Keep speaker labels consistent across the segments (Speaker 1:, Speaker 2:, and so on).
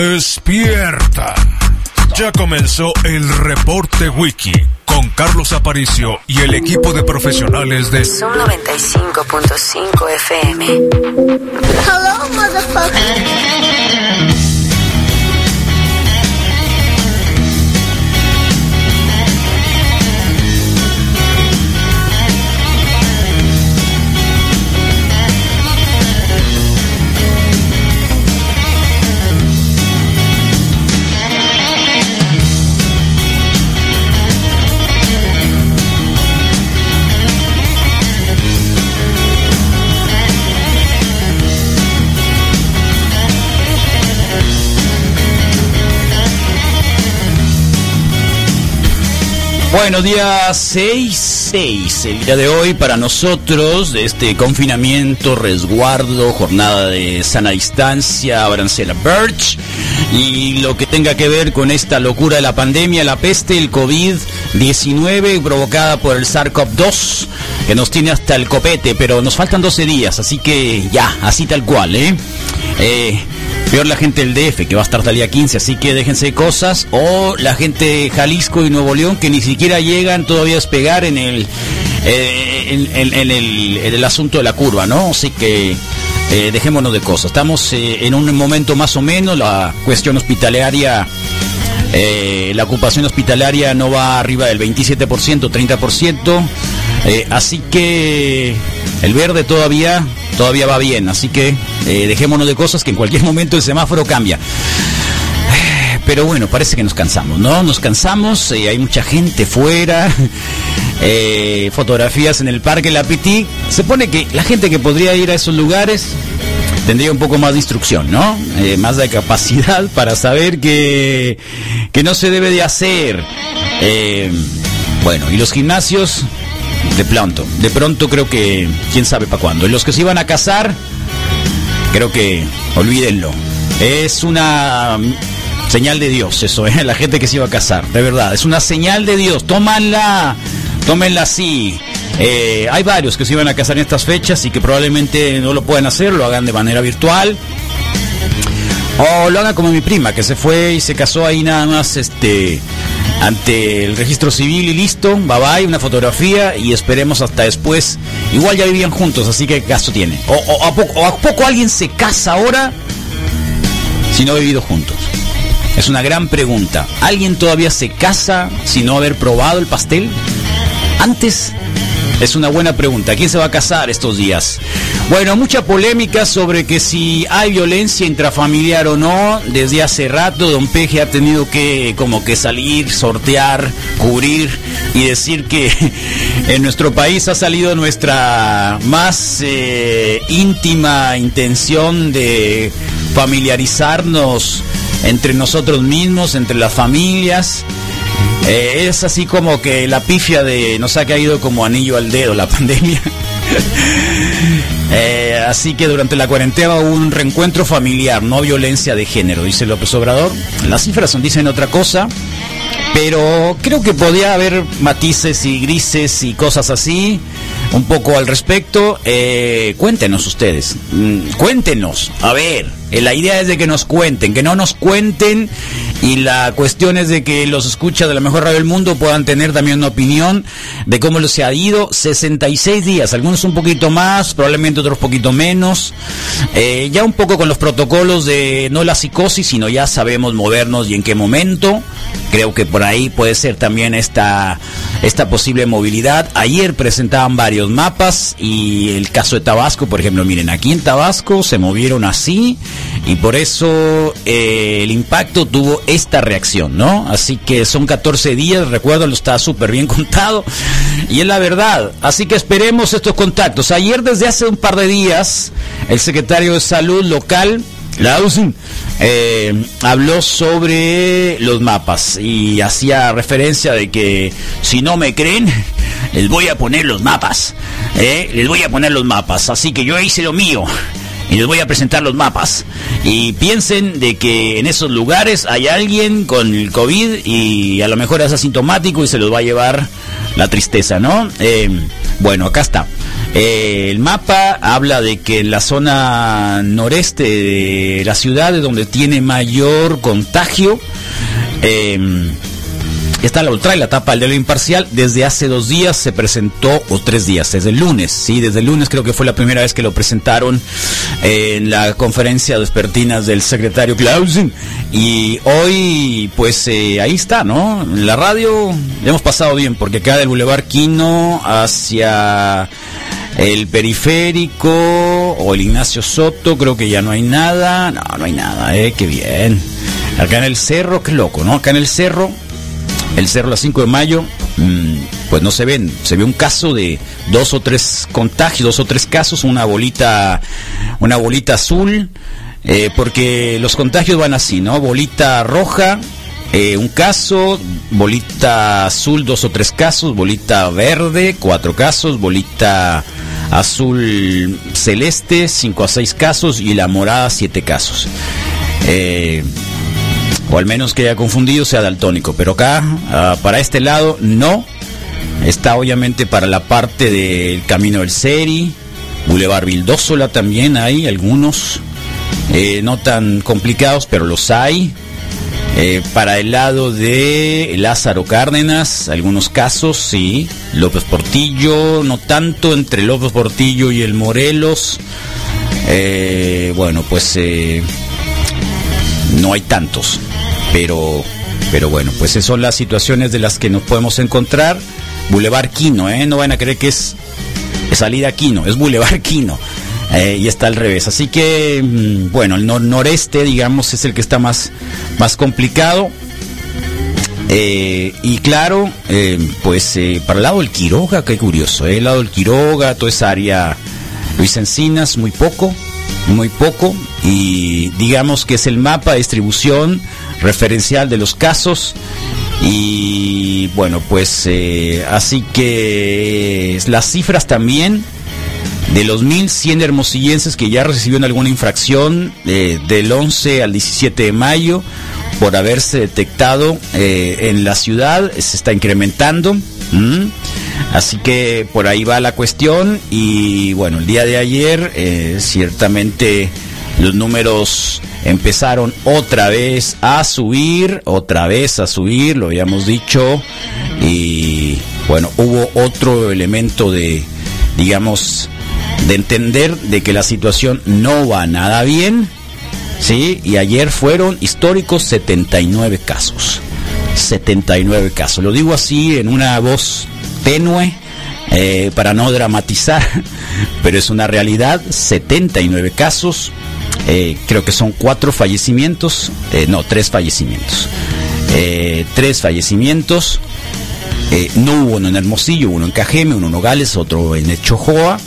Speaker 1: Despierta. Ya comenzó el reporte wiki con Carlos Aparicio y el equipo de profesionales de
Speaker 2: Son 95.5 FM.
Speaker 3: Bueno, día 6-6, el día de hoy para nosotros, de este confinamiento, resguardo, jornada de sana distancia, Brancela Birch, y lo que tenga que ver con esta locura de la pandemia, la peste, el COVID-19 provocada por el SARS-CoV-2, que nos tiene hasta el copete, pero nos faltan 12 días, así que ya, así tal cual, ¿eh? eh Peor la gente del DF, que va a estar hasta el día 15, así que déjense de cosas. O la gente de Jalisco y Nuevo León, que ni siquiera llegan todavía a despegar en el, eh, en, en- en el, en el asunto de la curva, ¿no? Así que eh, dejémonos de cosas. Estamos eh, en un momento más o menos, la cuestión hospitalaria eh, la ocupación hospitalaria no va arriba del 27%, 30%. eh, así que el verde todavía, todavía va bien. Así que eh, dejémonos de cosas que en cualquier momento el semáforo cambia. Pero bueno, parece que nos cansamos, ¿no? Nos cansamos, eh, hay mucha gente fuera, eh, fotografías en el parque La Piti. Se pone que la gente que podría ir a esos lugares tendría un poco más de instrucción, ¿no? Eh, más de capacidad para saber que, que no se debe de hacer. Eh, bueno, y los gimnasios, de pronto, de pronto creo que, quién sabe para cuándo. Y los que se iban a casar, creo que olvídenlo. Es una mm, señal de Dios eso, ¿eh? la gente que se iba a casar, de verdad, es una señal de Dios, tómanla, tómenla así. Eh, hay varios que se iban a casar en estas fechas y que probablemente no lo puedan hacer, lo hagan de manera virtual. O lo hagan como mi prima, que se fue y se casó ahí nada más este ante el registro civil y listo, bye bye, una fotografía y esperemos hasta después. Igual ya vivían juntos, así que gasto tiene. O, o a poco, o a poco alguien se casa ahora si no ha vivido juntos. Es una gran pregunta. ¿Alguien todavía se casa sin no haber probado el pastel? Antes es una buena pregunta. ¿Quién se va a casar estos días? Bueno, mucha polémica sobre que si hay violencia intrafamiliar o no. Desde hace rato, don Peje ha tenido que como que salir, sortear, cubrir y decir que en nuestro país ha salido nuestra más eh, íntima intención de familiarizarnos entre nosotros mismos, entre las familias. Eh, es así como que la pifia de nos ha caído como anillo al dedo la pandemia. Eh, así que durante la cuarentena hubo un reencuentro familiar, no violencia de género, dice López Obrador. Las cifras dicen otra cosa, pero creo que podía haber matices y grises y cosas así, un poco al respecto. Eh, cuéntenos ustedes, mm, cuéntenos, a ver, eh, la idea es de que nos cuenten, que no nos cuenten y la cuestión es de que los escuchas de la mejor radio del mundo puedan tener también una opinión de cómo los se ha ido 66 días, algunos un poquito más, probablemente otros poquito menos, Eh, ya un poco con los protocolos de no la psicosis, sino ya sabemos movernos y en qué momento, creo que por ahí puede ser también esta, esta posible movilidad, ayer presentaban varios mapas y el caso de Tabasco, por ejemplo, miren, aquí en Tabasco se movieron así y por eso eh, el impacto tuvo esta reacción, ¿no? Así que son 14 días, recuerdo, lo está súper bien contado y es la verdad. Así que esperemos estos contactos. Ayer, desde hace un par de días, el secretario de Salud local, la USIN, eh, habló sobre los mapas y hacía referencia de que si no me creen, les voy a poner los mapas. ¿eh? Les voy a poner los mapas. Así que yo hice lo mío. y les voy a presentar los mapas. Y piensen de que en esos lugares hay alguien con el COVID y a lo mejor es asintomático y se los va a llevar la tristeza, ¿no? Eh, bueno, acá está. Eh, el mapa habla de que en la zona noreste de la ciudad es donde tiene mayor contagio. Eh, Está la ultra y la tapa del diario imparcial. Desde hace dos días se presentó, o tres días, desde el lunes, sí, desde el lunes creo que fue la primera vez que lo presentaron eh, en la conferencia despertinas del secretario Clausen. Y hoy, pues eh, ahí está, ¿no? En la radio le hemos pasado bien, porque acá del Boulevard Quino hacia el periférico o el Ignacio Soto, creo que ya no hay nada. No, no hay nada, eh, qué bien. Acá en el cerro, qué loco, ¿no? Acá en el cerro el cerro a las 5 de mayo, pues no se ven. Se ve un caso de dos o tres contagios, dos o tres casos, una bolita, una bolita azul, eh, porque los contagios van así, ¿no? Bolita roja. eh, un caso, bolita azul, dos o tres casos, bolita verde, cuatro casos, bolita azul celeste, cinco a seis casos y la morada, siete casos. Eh, o al menos que haya confundido sea daltónico. Pero acá, ah, para este lado, no. Está obviamente para la parte del Camino del Seri, Boulevard Vildósola también hay algunos, eh, no tan complicados, pero los hay. Eh, para el lado de Lázaro Cárdenas, algunos casos, sí. López Portillo, no tanto entre López Portillo y el Morelos. Eh, bueno, pues eh, no hay tantos, pero, pero bueno, pues esas son las situaciones de las que nos podemos encontrar. Boulevard Quino, ¿eh? no van a creer que es, es salida Quino, es Boulevard Quino. eh, y está al revés. Así que, mm, bueno, el nor- noreste, digamos, es el que está más, más complicado. Eh, y claro, eh, pues eh, para el lado del Quiroga, qué curioso, ¿eh? el lado del Quiroga, toda esa área Luis Encinas, muy poco, muy poco, y digamos que es el mapa de distribución referencial de los casos. Y bueno, pues eh, así que eh, las cifras también de los 1.100 hermosillenses que ya recibieron alguna infracción eh, del 11 al 17 de mayo por haberse detectado eh, en la ciudad, se está incrementando. ¿m? Así que por ahí va la cuestión y bueno, el día de ayer eh, ciertamente los números empezaron otra vez a subir, otra vez a subir, lo habíamos dicho, y bueno, hubo otro elemento de, digamos, de entender de que la situación no va nada bien, ¿sí? Y ayer fueron históricos 79 casos. 79 casos. Lo digo así en una voz tenue eh, para no dramatizar, pero es una realidad. 79 casos. Eh, creo que son cuatro fallecimientos. eh, no, tres fallecimientos. Eh, tres fallecimientos. Eh, no hubo uno en Hermosillo, uno en Cajeme, uno en Nogales, otro en Chojoa.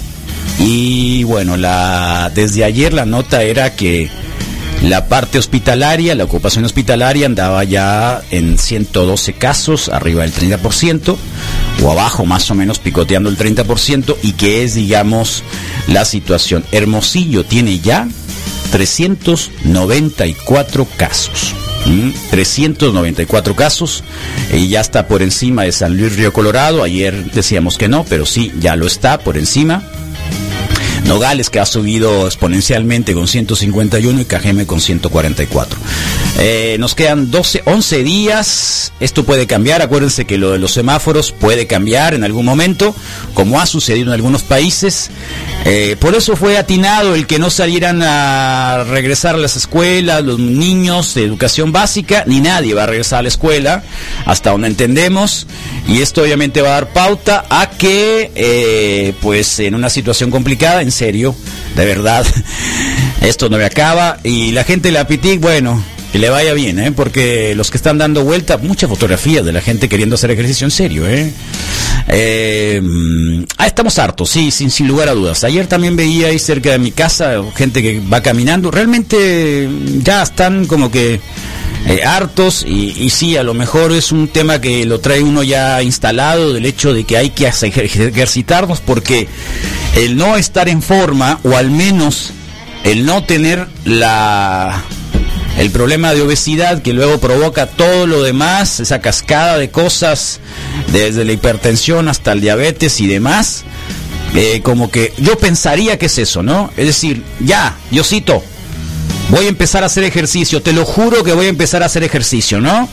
Speaker 3: Y bueno, la, desde ayer la nota era que la parte hospitalaria, la ocupación hospitalaria andaba ya en 112 casos, arriba del 30%, o abajo más o menos picoteando el 30%, y que es, digamos, la situación. Hermosillo tiene ya 394 casos. ¿Mm? 394 casos y ya está por encima de San Luis Río Colorado. Ayer decíamos que no, pero sí, ya lo está por encima. Nogales que ha subido exponencialmente con 151 y Cajeme con 144. Eh, nos quedan 12, 11 días. Esto puede cambiar. Acuérdense que lo de los semáforos puede cambiar en algún momento, como ha sucedido en algunos países. Eh, por eso fue atinado el que no salieran a regresar a las escuelas, los niños de educación básica, ni nadie va a regresar a la escuela, hasta donde entendemos. Y esto obviamente va a dar pauta a que, eh, pues en una situación complicada, en serio, de verdad, esto no me acaba. Y la gente de la PITIC, bueno, que le vaya bien, ¿eh? porque los que están dando vuelta, muchas fotografías de la gente queriendo hacer ejercicio en serio. ¿eh? Eh, mm, ah, estamos hartos, sí, sin, sin lugar a dudas. Ayer también veía ahí cerca de mi casa gente que va caminando. Realmente mm, ya están como que eh, hartos y, y sí, a lo mejor es un tema que lo trae uno ya instalado del hecho de que hay que hacer- ejercitarnos porque el no estar en forma o al menos el no tener la el problema de obesidad que luego provoca todo lo demás, esa cascada de cosas, desde la hipertensión hasta el diabetes y demás, eh, como que yo pensaría que es eso, ¿no? Es decir, ya, Diosito, voy a empezar a hacer ejercicio, te lo juro que voy a empezar a hacer ejercicio, ¿no?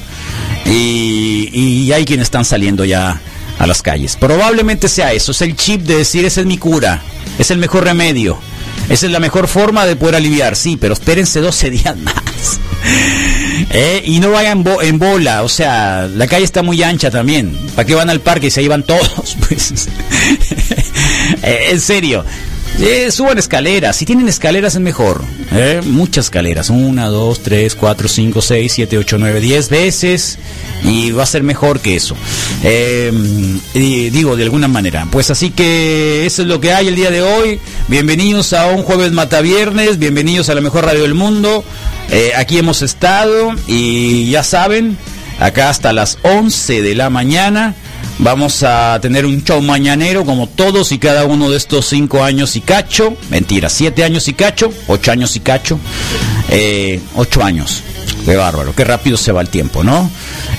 Speaker 3: Y, y hay quienes están saliendo ya a las calles. Probablemente sea eso, es el chip de decir, esa es mi cura, es el mejor remedio, esa es la mejor forma de poder aliviar, sí, pero espérense 12 días más. Eh, Y no vayan bo- en bola, o sea, la calle está muy ancha también. ¿Para qué van al parque y se iban todos? Pues, Eh, en serio. Eh, suban escaleras, si tienen escaleras es mejor. eh, Muchas escaleras, una, dos, tres, cuatro, cinco, seis, siete, ocho, nueve, diez veces y va a ser mejor que eso. Eh, y digo, de alguna manera. Pues así que eso es lo que hay el día de hoy. Bienvenidos a un jueves mataviernes, bienvenidos a la mejor radio del mundo. Eh, aquí hemos estado y ya saben, acá hasta las 11 de la mañana. Vamos a tener un show mañanero como todos y cada uno de estos cinco años y cacho. Mentira, siete años y cacho, ocho años y cacho, eh, ocho años. Qué bárbaro, qué rápido se va el tiempo, ¿no?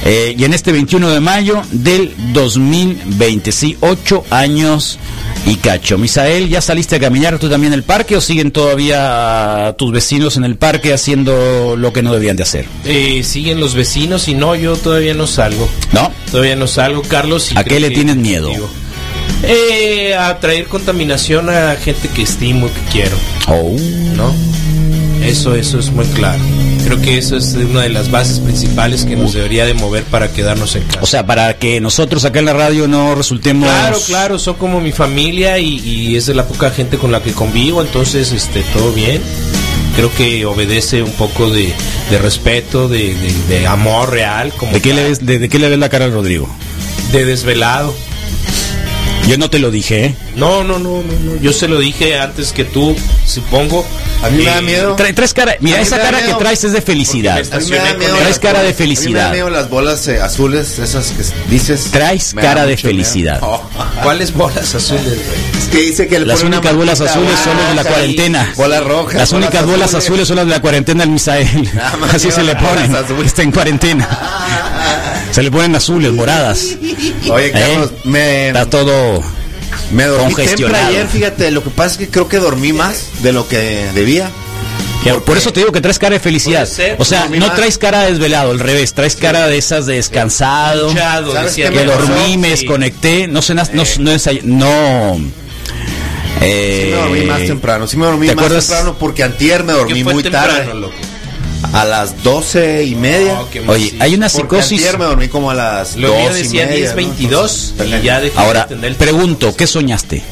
Speaker 3: Eh, y en este 21 de mayo del 2020, sí, ocho años y cacho. Misael, ¿ya saliste a caminar tú también en el parque o siguen todavía tus vecinos en el parque haciendo lo que no debían de hacer?
Speaker 4: Eh, siguen los vecinos y no, yo todavía no salgo.
Speaker 3: ¿No?
Speaker 4: Todavía no salgo, Carlos. y
Speaker 3: ¿A qué
Speaker 4: creo
Speaker 3: le
Speaker 4: que-
Speaker 3: tienes miedo?
Speaker 4: digo, eh, a traer contaminación a gente que estimo, que quiero,
Speaker 3: Oh.
Speaker 4: ¿no? Eso, eso es muy claro. Creo que eso es una de las bases principales que nos debería de mover para quedarnos en casa.
Speaker 3: O sea, para que nosotros acá en la radio no resultemos...
Speaker 4: Claro, claro, son como mi familia y, y es de la poca gente con la que convivo, entonces este, todo bien. Creo que obedece un poco de, de respeto, de, de- de amor real, como
Speaker 3: ¿De qué, le
Speaker 4: tal,
Speaker 3: ves, de, de qué le ves la cara al Rodrigo?
Speaker 4: de desvelado.
Speaker 3: Yo no te lo dije, ¿eh?
Speaker 4: No, no, no, no, no, yo se lo dije antes que tú, supongo.
Speaker 5: A mí me da miedo.
Speaker 3: Tra- traes cara... Mira,
Speaker 5: A mí
Speaker 3: esa
Speaker 5: me da
Speaker 3: cara
Speaker 5: miedo.
Speaker 3: que traes es de
Speaker 4: Porque
Speaker 3: felicidad.
Speaker 4: me estás- Estacioné con
Speaker 3: él. Traes cara de
Speaker 5: A mí
Speaker 3: felicidad.
Speaker 5: Me da miedo las bolas eh, azules, esas que dices.
Speaker 3: Traes
Speaker 5: Me da
Speaker 3: cara de
Speaker 5: mucho miedo.
Speaker 3: felicidad.
Speaker 5: Oh,
Speaker 4: ¿Cuáles bolas azules, güey?
Speaker 5: es que dice que le
Speaker 3: Las
Speaker 5: pone una
Speaker 3: únicas bolas
Speaker 5: manita
Speaker 3: azules son las de la
Speaker 5: blanca
Speaker 3: cuarentena.
Speaker 5: y Bolas rojas.
Speaker 3: Las únicas bolas azules son las de la cuarentena al Misael.
Speaker 5: Nada más
Speaker 3: Así
Speaker 5: lleva
Speaker 3: se le
Speaker 5: las bolas
Speaker 3: ponen.
Speaker 5: azules.
Speaker 3: Está en cuarentena. Se le ponen azules, moradas.
Speaker 5: Oye, Carlos,
Speaker 3: ¿Eh?
Speaker 5: me,
Speaker 3: Está todo...
Speaker 5: me dormí temprano
Speaker 3: congestionado.
Speaker 5: ayer, fíjate. Lo que pasa es que creo que dormí más de lo que debía.
Speaker 3: Por, por eso te digo que traes cara de felicidad.
Speaker 4: Puede ser,
Speaker 3: O sea,
Speaker 5: no, mi
Speaker 3: no
Speaker 5: madre.
Speaker 3: traes cara de desvelado, al revés. Traes cara de esas de descansado.
Speaker 4: Hinchado,
Speaker 5: ¿sabes
Speaker 4: decía
Speaker 5: qué
Speaker 4: mi
Speaker 3: Me
Speaker 5: me
Speaker 4: abuelo.
Speaker 3: dormí, me
Speaker 4: Sí.
Speaker 3: desconecté, no cenas, no, no ensay- no.
Speaker 5: Sí,
Speaker 3: Eh,
Speaker 5: me dormí más temprano. Sí, me dormí
Speaker 3: ¿te
Speaker 5: más
Speaker 3: acuerdas?
Speaker 5: temprano porque antier me
Speaker 4: ¿Qué
Speaker 5: dormí
Speaker 4: fue
Speaker 5: muy
Speaker 4: temprano,
Speaker 5: tarde.
Speaker 4: loco?
Speaker 5: A las doce y media.
Speaker 4: No, qué
Speaker 3: Oye,
Speaker 4: macizo.
Speaker 3: hay una
Speaker 5: porque
Speaker 3: psicosis.
Speaker 5: antier me dormí como a las
Speaker 4: Lo mío
Speaker 5: dos y
Speaker 4: decía
Speaker 5: media.
Speaker 4: 10.22
Speaker 5: ¿no?
Speaker 4: y ya dejé
Speaker 3: Ahora,
Speaker 4: de atender el
Speaker 3: pregunto, ¿qué soñaste?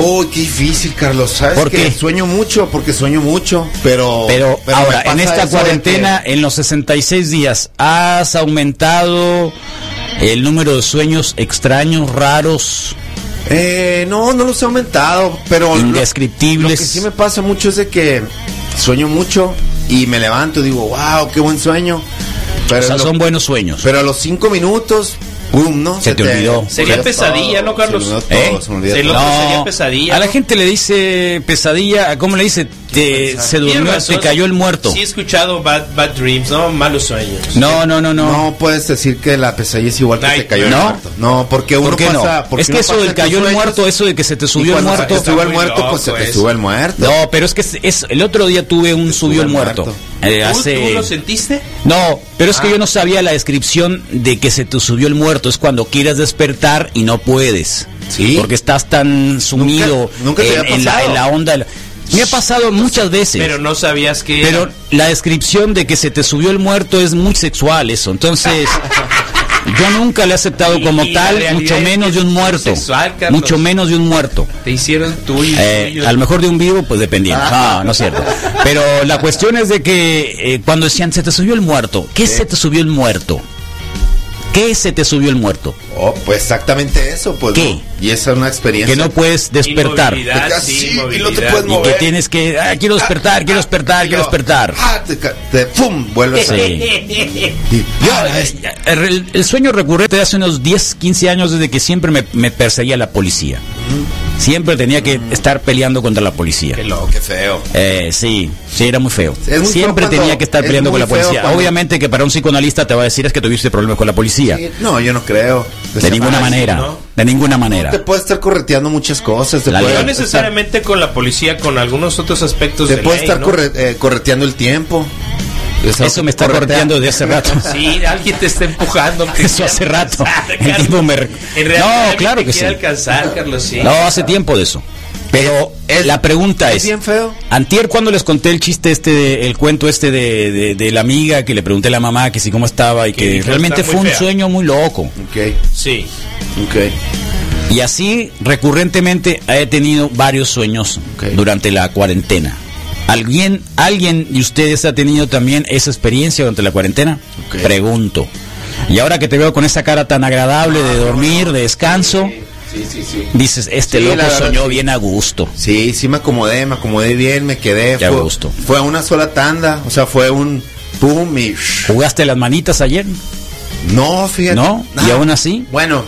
Speaker 5: Oh, qué difícil, Carlos. ¿Sabes
Speaker 3: ¿Por
Speaker 5: qué?
Speaker 3: qué?
Speaker 5: Sueño mucho, porque sueño mucho, pero...
Speaker 3: Pero,
Speaker 5: pero
Speaker 3: ahora,
Speaker 5: me pasa
Speaker 3: en esta
Speaker 5: eso de
Speaker 3: cuarentena, en los 66 días, ¿has aumentado el número de sueños extraños, raros?
Speaker 5: que, eh, no, no los he aumentado, pero... lo-
Speaker 3: Indescriptibles.
Speaker 5: Lo, que sí me pasa mucho es de que sueño mucho y me levanto y digo, wow, qué buen sueño. Pero,
Speaker 3: o sea,
Speaker 5: lo-
Speaker 3: son buenos sueños.
Speaker 5: pero a los cinco minutos, ¡pum! ¿no?
Speaker 3: Se te olvidó.
Speaker 4: Sería
Speaker 5: olvida
Speaker 4: pesadilla, ¿no, Carlos?
Speaker 5: Se me olvidó
Speaker 3: ¿Eh?
Speaker 5: todo, se me olvida
Speaker 4: Se lo-
Speaker 5: todo.
Speaker 4: otro sería pesadilla,
Speaker 3: a la
Speaker 4: ¿no?
Speaker 3: gente le dice pesadilla, ¿cómo le dice? Te, se
Speaker 4: Tienes
Speaker 3: durmió,
Speaker 4: razón.
Speaker 3: te cayó el muerto.
Speaker 4: Sí he escuchado bad, bad dreams, ¿no? Malos sueños.
Speaker 3: No, no, no, no.
Speaker 5: No puedes decir que la pesadilla es igual que
Speaker 4: Nightmare.
Speaker 5: te cayó el
Speaker 3: ¿No?
Speaker 5: muerto. No, porque uno
Speaker 3: ¿Por qué
Speaker 5: pasa...
Speaker 3: no?
Speaker 5: porque
Speaker 3: Es que
Speaker 5: uno
Speaker 3: eso
Speaker 5: pasa
Speaker 3: del
Speaker 5: en tus
Speaker 3: cayó el
Speaker 5: sueños.
Speaker 3: muerto, eso de que se te
Speaker 5: Y
Speaker 3: subió el
Speaker 5: cuando se
Speaker 3: muerto.
Speaker 5: te sube el
Speaker 4: Está muy
Speaker 5: muerto, pues se
Speaker 4: loco
Speaker 5: te
Speaker 4: eso.
Speaker 5: sube el muerto.
Speaker 3: No, pero es que es, es- el otro día tuve un subió el muerto.
Speaker 5: muerto.
Speaker 3: Eh,
Speaker 4: ¿Tú,
Speaker 3: hace-
Speaker 4: tú lo sentiste?
Speaker 3: No, pero
Speaker 4: Ah.
Speaker 3: es que yo no sabía la descripción de que se te subió el muerto. Es cuando quieres despertar y no puedes.
Speaker 5: Sí.
Speaker 3: Porque estás tan sumido
Speaker 5: nunca te
Speaker 3: en,
Speaker 5: había
Speaker 3: en la,
Speaker 5: pasado.
Speaker 3: en la onda. de la- Me ha pasado muchas veces.
Speaker 4: Pero no sabías que...
Speaker 3: Pero la descripción de que se te subió el muerto es muy sexual eso. Entonces, yo nunca le he aceptado
Speaker 4: Y-
Speaker 3: como
Speaker 4: y la
Speaker 3: tal,
Speaker 4: realidad
Speaker 3: mucho
Speaker 4: es que
Speaker 3: menos de un
Speaker 4: es
Speaker 3: muerto.
Speaker 4: sexual, Carlos.
Speaker 3: mucho menos de un muerto.
Speaker 4: Te hicieron tuyo.
Speaker 3: Eh,
Speaker 4: tuyo.
Speaker 3: a lo mejor de un vivo, pues dependiendo.
Speaker 5: Ah.
Speaker 3: No, no es cierto. Pero la cuestión es de que eh, cuando decían, se te subió el muerto. ¿Qué se te subió el muerto? ¿Qué se te subió el muerto?
Speaker 5: Oh, pues exactamente eso, pues.
Speaker 3: ¿Qué?
Speaker 5: ¿no? Y esa es una
Speaker 3: Que
Speaker 5: experiencia.
Speaker 3: no puedes despertar.
Speaker 4: Inmovilidad,
Speaker 5: Te quedas
Speaker 4: sí,
Speaker 5: así y no te
Speaker 4: inmovilidad.
Speaker 5: puedes
Speaker 4: Y
Speaker 3: Y
Speaker 5: mover.
Speaker 3: que tienes que, ah, quiero despertar, quiero despertar, quiero despertar.
Speaker 5: Ah, te, ca- te- pum, vuelves a.
Speaker 3: Sí.
Speaker 5: Y-
Speaker 3: Yo, eh, el, el sueño recurrente de hace unos 10, 15 años desde que siempre me, me perseguía la policía. Siempre tenía que estar peleando contra la policía.
Speaker 4: Qué loco.
Speaker 5: Qué feo.
Speaker 3: Eh, sí, sí, era muy feo.
Speaker 5: Es muy
Speaker 3: Siempre
Speaker 5: feo cuando-
Speaker 3: tenía que estar
Speaker 5: es
Speaker 3: peleando con
Speaker 5: muy
Speaker 3: la
Speaker 5: feo
Speaker 3: policía.
Speaker 5: cuando-
Speaker 3: Obviamente que para un psicoanalista te va a decir es que tuviste problemas con la policía.
Speaker 5: Sí, pues, ah, No, yo no creo.
Speaker 3: de ninguna
Speaker 5: Ay,
Speaker 3: manera.
Speaker 4: ¿no?
Speaker 3: De ninguna manera.
Speaker 5: Te puede estar correteando muchas cosas. Te
Speaker 3: La
Speaker 5: puede,
Speaker 3: ley.
Speaker 4: No necesariamente con la policía, con algunos otros aspectos
Speaker 5: te
Speaker 4: de
Speaker 5: puede
Speaker 4: ley,
Speaker 5: estar
Speaker 4: ¿no?
Speaker 5: corre- eh, correteando el tiempo.
Speaker 3: Eso me está
Speaker 5: Corretea.
Speaker 3: corteando de hace rato.
Speaker 4: Sí, alguien te está empujando. te
Speaker 3: Eso hace
Speaker 4: quiere
Speaker 3: rato.
Speaker 4: alcanzar,
Speaker 3: El tipo me-
Speaker 4: En realidad,
Speaker 3: No,
Speaker 4: alguien
Speaker 3: claro
Speaker 4: te
Speaker 3: que
Speaker 4: quiere
Speaker 3: sí.
Speaker 4: alcanzar, Carlos, sí.
Speaker 3: No, hace tiempo de eso. Pero la pregunta
Speaker 5: Es
Speaker 3: es,
Speaker 5: bien feo.
Speaker 3: Antier, cuando les conté el chiste este, de- el cuento este de, de- de la amiga que le pregunté a la mamá que si cómo estaba y
Speaker 4: Que
Speaker 3: que
Speaker 4: dijo,
Speaker 3: realmente
Speaker 4: "Está
Speaker 3: fue un
Speaker 4: muy fea".
Speaker 3: sueño muy loco.
Speaker 5: Ok,
Speaker 4: Sí.
Speaker 5: ok.
Speaker 3: Y así recurrentemente he tenido varios sueños
Speaker 5: Ok.
Speaker 3: durante la cuarentena. ¿Alguien, ¿Alguien de ustedes ha tenido también esa experiencia durante la cuarentena?
Speaker 5: Ok.
Speaker 3: Pregunto. Y ahora que te veo con esa cara tan agradable de dormir, de descanso,
Speaker 5: Sí, sí, sí.
Speaker 3: dices, este
Speaker 5: Sí, la
Speaker 3: loco
Speaker 5: verdad,
Speaker 3: soñó
Speaker 5: sí.
Speaker 3: bien a gusto.
Speaker 5: Sí, sí me acomodé, me acomodé bien, me quedé.
Speaker 3: Qué a
Speaker 5: fue,
Speaker 3: gusto.
Speaker 5: Fue una sola tanda, o sea, fue un pum y... shh.
Speaker 3: ¿Jugaste las manitas ayer?
Speaker 5: No, fíjate.
Speaker 3: ¿No? ¿Y
Speaker 5: Ah,
Speaker 3: aún así?
Speaker 5: Bueno,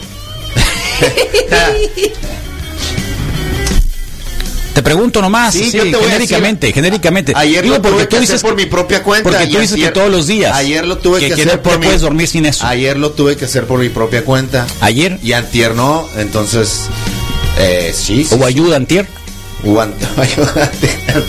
Speaker 3: Te pregunto nomás,
Speaker 5: Sí,
Speaker 3: sí,
Speaker 5: yo te voy a
Speaker 3: genéricamente,
Speaker 5: decir,
Speaker 3: genéricamente.
Speaker 5: ayer
Speaker 3: Digo,
Speaker 5: lo tuve que hacer por mi propia cuenta.
Speaker 3: Porque tú
Speaker 5: y
Speaker 3: dices que
Speaker 5: ayer-
Speaker 3: todos los días.
Speaker 5: Ayer lo tuve que,
Speaker 3: que
Speaker 5: hacer
Speaker 3: no
Speaker 5: por mi...
Speaker 3: puedes dormir sin eso.
Speaker 5: Ayer lo tuve que hacer por mi propia cuenta.
Speaker 3: Ayer
Speaker 5: Y antier no, entonces... Eh, sí. sí,
Speaker 3: hubo ayuda antier.
Speaker 5: Hubo ant-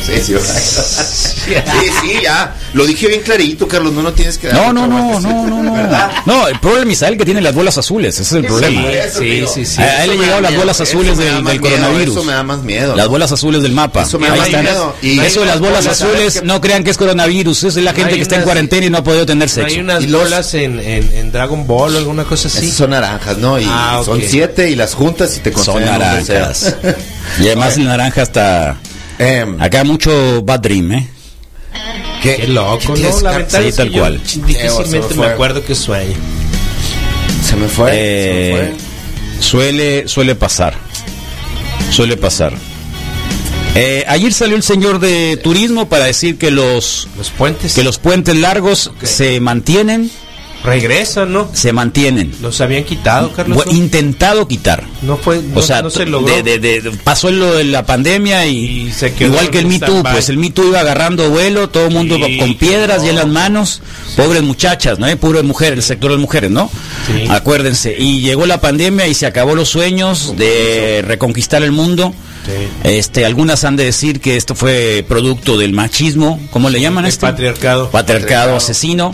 Speaker 5: sí, sí, hubo- sí, sí, ya. Lo dije bien clarito, Carlos, no, no tienes que...
Speaker 3: No,
Speaker 5: dar
Speaker 3: no,
Speaker 5: otra
Speaker 3: no,
Speaker 5: vuelta,
Speaker 3: no,
Speaker 5: sí.
Speaker 3: no, no.
Speaker 5: ¿Verdad?
Speaker 3: No, el problema es a él que tiene las bolas azules, ese es el problema.
Speaker 5: Sí, eso,
Speaker 4: Sí,
Speaker 5: tío.
Speaker 4: sí, sí.
Speaker 3: A- a él le
Speaker 5: Eso me
Speaker 3: llegaron
Speaker 5: da
Speaker 3: las bolas
Speaker 5: miedo,
Speaker 3: azules
Speaker 5: eso me
Speaker 3: del-
Speaker 5: da más
Speaker 3: del
Speaker 5: miedo,
Speaker 3: coronavirus.
Speaker 5: Eso me da más miedo.
Speaker 3: Las bolas azules del mapa.
Speaker 5: Eso me da
Speaker 3: Ahí
Speaker 5: más
Speaker 3: están.
Speaker 5: miedo. Y-
Speaker 3: Eso de las bolas
Speaker 5: Las bolas
Speaker 3: azules,
Speaker 5: que-
Speaker 3: no crean que es coronavirus, es la gente
Speaker 4: hay
Speaker 3: que está en
Speaker 4: unas-
Speaker 3: cuarentena y no ha podido tener
Speaker 4: Hay
Speaker 3: sexo.
Speaker 4: unas
Speaker 5: Y los-
Speaker 4: bolas en, en, en Dragon Ball o alguna cosa
Speaker 5: Esas
Speaker 4: así.
Speaker 5: son naranjas, ¿no? Y
Speaker 4: Ah, ok.
Speaker 5: son siete y las juntas y te
Speaker 3: Son
Speaker 5: conceden un
Speaker 3: naranjas.
Speaker 5: deseo.
Speaker 3: Y además el naranja está...
Speaker 5: Em,
Speaker 3: Acá mucho bad dream, ¿eh?
Speaker 5: ¿qué-
Speaker 4: Qué loco,
Speaker 5: qué
Speaker 4: ¿no?
Speaker 5: es,
Speaker 4: La
Speaker 5: Carlos?
Speaker 4: ventaja
Speaker 3: sí,
Speaker 4: es
Speaker 3: tal
Speaker 4: que yo
Speaker 3: cual.
Speaker 5: Eso
Speaker 4: difícilmente
Speaker 5: fue.
Speaker 4: me acuerdo que sueño.
Speaker 5: Se me fue. se me
Speaker 3: Eh,
Speaker 5: fue.
Speaker 3: suele, suele pasar. Suele pasar. Eh, ayer salió el señor de turismo para decir que los
Speaker 4: Los puentes
Speaker 3: que los puentes largos se mantienen,
Speaker 4: regresan, ¿no?
Speaker 3: se mantienen.
Speaker 4: Los habían quitado, Carlos.
Speaker 3: Bu- Intentado quitar.
Speaker 4: No fue, no,
Speaker 3: o sea,
Speaker 4: no se
Speaker 3: t-
Speaker 4: logró.
Speaker 3: de- de- de- pasó lo de la pandemia y,
Speaker 4: Y se quedó
Speaker 3: igual que el
Speaker 4: en
Speaker 3: Me Too,
Speaker 4: stand-by.
Speaker 3: pues el Me Too iba agarrando vuelo, todo el mundo
Speaker 4: Sí,
Speaker 3: con piedras
Speaker 4: no.
Speaker 3: y en las manos, pobres muchachas, ¿no? Eh, Pobres mujeres, el sector de las mujeres, ¿no?
Speaker 4: Sí.
Speaker 3: Acuérdense, y llegó la pandemia y se acabó los sueños de reconquistar el mundo.
Speaker 4: Sí.
Speaker 3: Este, algunas han de decir que esto fue producto del machismo, ¿cómo le llaman
Speaker 4: El
Speaker 3: esto?
Speaker 4: patriarcado.
Speaker 3: Patriarcado asesino,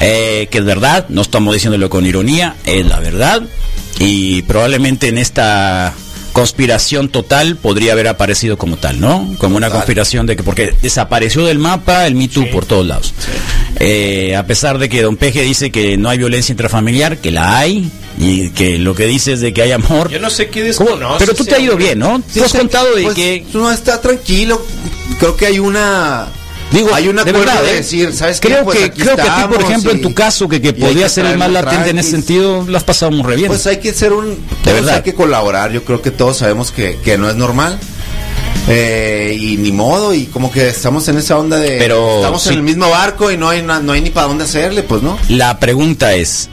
Speaker 3: eh, que es verdad, no estamos diciéndolo con ironía, es la verdad, y probablemente en esta conspiración total podría haber aparecido como tal, ¿no? Como una conspiración de que, porque desapareció del mapa el Me Too por todos lados. Eh, a pesar de que Don Peje dice que no hay violencia intrafamiliar, que la hay, y que lo que dice es de que hay amor.
Speaker 4: Yo no sé qué
Speaker 3: ¿Cómo?
Speaker 4: desconoce.
Speaker 3: Pero tú te has ido bien, ¿no?
Speaker 5: Sí,
Speaker 3: tú has
Speaker 5: sí,
Speaker 3: contado de
Speaker 5: pues,
Speaker 3: que...
Speaker 5: No, está tranquilo. Creo que hay una.
Speaker 3: Digo,
Speaker 5: hay un
Speaker 3: de
Speaker 5: acuerdo
Speaker 3: verdad,
Speaker 5: de
Speaker 3: ¿eh?
Speaker 5: decir, ¿sabes qué?
Speaker 3: creo
Speaker 5: Pues
Speaker 3: que
Speaker 5: aquí
Speaker 3: creo que a ti, por
Speaker 5: estamos
Speaker 3: ejemplo,
Speaker 5: y-
Speaker 3: en tu caso, que, que
Speaker 5: y hay
Speaker 3: podía ser el más
Speaker 5: traerlo
Speaker 3: latente en ese
Speaker 5: tranquis.
Speaker 3: sentido, lo has pasado muy re bien.
Speaker 5: Pues hay que ser un.
Speaker 3: De
Speaker 5: todos
Speaker 3: verdad.
Speaker 5: Hay que colaborar. Yo creo que todos sabemos que, que no es normal. Eh, y ni modo, y como que estamos en esa onda de.
Speaker 3: Pero
Speaker 5: estamos
Speaker 3: sí.
Speaker 5: en el mismo barco y no hay, na- no hay ni para dónde hacerle, pues, ¿no?
Speaker 3: La pregunta es,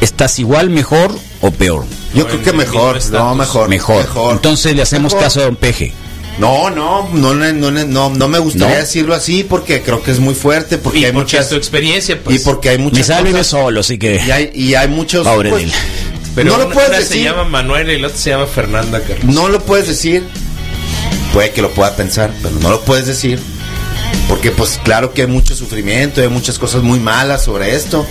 Speaker 3: ¿estás igual, mejor o peor?
Speaker 5: Yo
Speaker 4: No,
Speaker 5: creo
Speaker 4: en
Speaker 5: que
Speaker 4: el
Speaker 5: mejor,
Speaker 4: mismo
Speaker 5: no,
Speaker 4: estatus.
Speaker 5: mejor,
Speaker 3: Mejor. Entonces le hacemos
Speaker 5: Mejor.
Speaker 3: caso a Don Peje.
Speaker 5: No, no, no, no, no, no, no me gustaría
Speaker 3: ¿No?
Speaker 5: decirlo así porque creo que es muy fuerte, porque
Speaker 4: Y
Speaker 5: hay
Speaker 4: porque es
Speaker 5: muchas
Speaker 4: tu experiencia, pues.
Speaker 5: y porque hay
Speaker 3: Mi
Speaker 5: muchas
Speaker 3: sal vive
Speaker 5: cosas,
Speaker 3: solo, así que...
Speaker 5: y hay y hay muchos
Speaker 3: Pobre
Speaker 5: pues,
Speaker 3: de él.
Speaker 4: Pero
Speaker 5: no lo
Speaker 4: una-
Speaker 5: puedes
Speaker 4: una se
Speaker 5: decir,
Speaker 4: llama Manuel y el otro se llama Fernanda, Carlos.
Speaker 5: no lo puedes decir. Puede que lo pueda pensar, pero no lo puedes decir. Porque pues claro que hay mucho sufrimiento, hay muchas cosas muy malas sobre esto,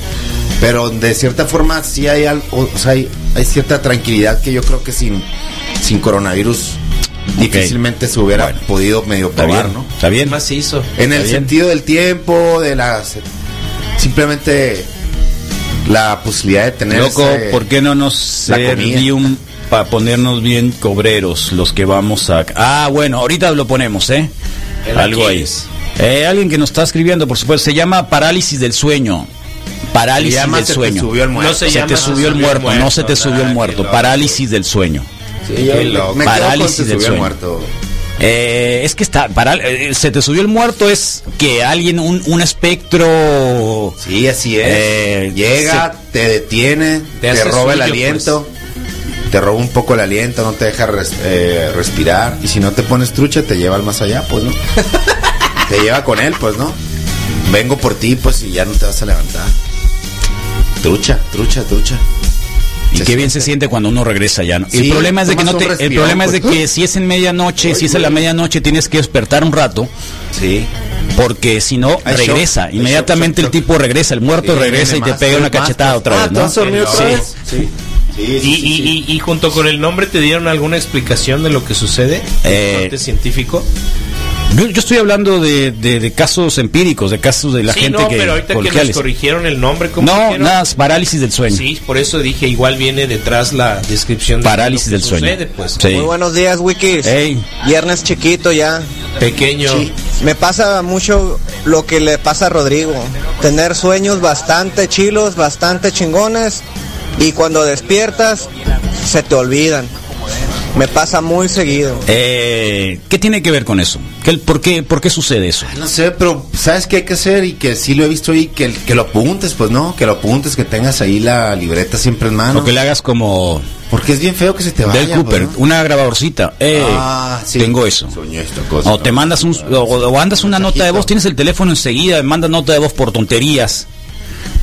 Speaker 5: pero de cierta forma sí hay algo, o sea, hay, hay cierta tranquilidad que yo creo que sin sin coronavirus difícilmente se hubiera
Speaker 3: Bueno.
Speaker 5: podido medio
Speaker 3: Está
Speaker 5: probar,
Speaker 3: bien,
Speaker 5: ¿no?
Speaker 3: está bien.
Speaker 4: más hizo?
Speaker 5: En el
Speaker 3: Está bien.
Speaker 5: sentido del tiempo, de las. Simplemente la posibilidad de tener.
Speaker 3: Loco,
Speaker 5: ese-
Speaker 3: ¿por qué no nos
Speaker 5: la comida.
Speaker 3: servium para ponernos bien cobreros los que vamos a... Ah, bueno, ahorita lo ponemos, ¿eh?
Speaker 4: El
Speaker 3: Algo ahí.
Speaker 4: Aquiles.
Speaker 3: Eh, alguien que nos está escribiendo, por supuesto, se llama parálisis del sueño.
Speaker 5: Y
Speaker 3: Parálisis
Speaker 5: además
Speaker 3: del
Speaker 5: se te
Speaker 3: sueño.
Speaker 5: subió el muerto.
Speaker 4: No
Speaker 3: se,
Speaker 4: se llama-
Speaker 3: te subió el muerto, no se te subió
Speaker 4: nada,
Speaker 3: el
Speaker 4: qué
Speaker 3: muerto.
Speaker 4: loco.
Speaker 3: Parálisis del sueño.
Speaker 5: Sí, yo
Speaker 4: Qué
Speaker 5: me
Speaker 4: loco.
Speaker 5: quedo con
Speaker 3: Parálisis
Speaker 5: se
Speaker 3: del
Speaker 5: subió
Speaker 3: sueño.
Speaker 5: el muerto.
Speaker 3: Eh, es que está, para, eh, se te subió el muerto es que alguien, un, un espectro...
Speaker 5: Sí, así es.
Speaker 3: Eh,
Speaker 5: Llega, te detiene, te,
Speaker 4: hace
Speaker 3: pues.
Speaker 5: roba el
Speaker 4: suyo,
Speaker 5: aliento. te roba un poco el aliento, no te deja res- eh, respirar. Y si no te pones trucha, te lleva al más allá, pues, ¿no? te lleva con él, pues, ¿no? Vengo por ti, pues, y ya no te vas a levantar. Trucha, trucha, trucha.
Speaker 3: Y qué bien se siente cuando uno regresa ya. ¿no?
Speaker 5: Sí,
Speaker 3: el problema es de que no
Speaker 5: tomas
Speaker 3: te,
Speaker 5: un
Speaker 3: el
Speaker 5: respirón,
Speaker 3: problema es de
Speaker 5: pues.
Speaker 3: que si es en medianoche, si es a la medianoche tienes que despertar un rato,
Speaker 5: Sí.
Speaker 3: porque si no
Speaker 5: Hay shock,
Speaker 3: regresa,
Speaker 5: hay
Speaker 3: inmediatamente
Speaker 5: shock,
Speaker 3: el
Speaker 5: shock, shock.
Speaker 3: tipo regresa, el muerto
Speaker 5: Sí,
Speaker 3: regresa y
Speaker 5: viene
Speaker 3: te
Speaker 5: más,
Speaker 3: pega una
Speaker 5: más,
Speaker 3: cachetada
Speaker 5: más.
Speaker 3: otra
Speaker 5: Ah,
Speaker 3: vez,
Speaker 5: ¿te
Speaker 3: ¿no?
Speaker 5: has dormido otra
Speaker 3: Sí.
Speaker 5: vez? Sí. Sí,
Speaker 4: Y,
Speaker 5: sí, sí, sí.
Speaker 4: y- y- y junto con el nombre te dieron alguna explicación de lo que sucede,
Speaker 3: Eh,
Speaker 4: parte científico.
Speaker 3: Yo, yo estoy hablando de, de- de casos empíricos, de casos de la
Speaker 4: sí,
Speaker 3: gente
Speaker 4: no,
Speaker 3: que
Speaker 4: pero ahorita que nos
Speaker 3: coloquiales.
Speaker 4: corrigieron el nombre, ¿cómo
Speaker 3: No,
Speaker 4: dijeron?
Speaker 3: nada, es parálisis del sueño.
Speaker 4: Sí, por eso dije, igual viene detrás la descripción
Speaker 3: Parálisis
Speaker 4: lo que
Speaker 3: del sueño.
Speaker 4: sucede, pues.
Speaker 3: Sí.
Speaker 6: Muy buenos días, Wikis.
Speaker 3: Ey.
Speaker 6: Viernes chiquito ya.
Speaker 4: Pequeño.
Speaker 6: Me pasa mucho lo que le pasa a Rodrigo. Tener sueños bastante chilos, bastante chingones. Y cuando despiertas, se te olvidan. Me pasa muy seguido.
Speaker 3: Eh, ¿Qué tiene que ver con eso? ¿Qué- por, qué, ¿Por qué sucede eso?
Speaker 5: Ah, No sé, pero ¿sabes qué hay que hacer? Y que sí lo he visto ahí, que, que lo apuntes, pues no, que lo apuntes, que tengas ahí la libreta siempre en mano.
Speaker 3: O que le hagas como
Speaker 5: Porque es bien feo Ah, que se te vaya.
Speaker 3: Del Cooper,
Speaker 5: pues, ¿no?
Speaker 3: una grabadorcita. Eh,
Speaker 5: Ah, sí.
Speaker 3: Tengo eso.
Speaker 5: Soñé esta cosa. Ah,
Speaker 3: O te mandas un, o, o mandas una nota de voz, tienes el teléfono enseguida, manda nota de voz por tonterías.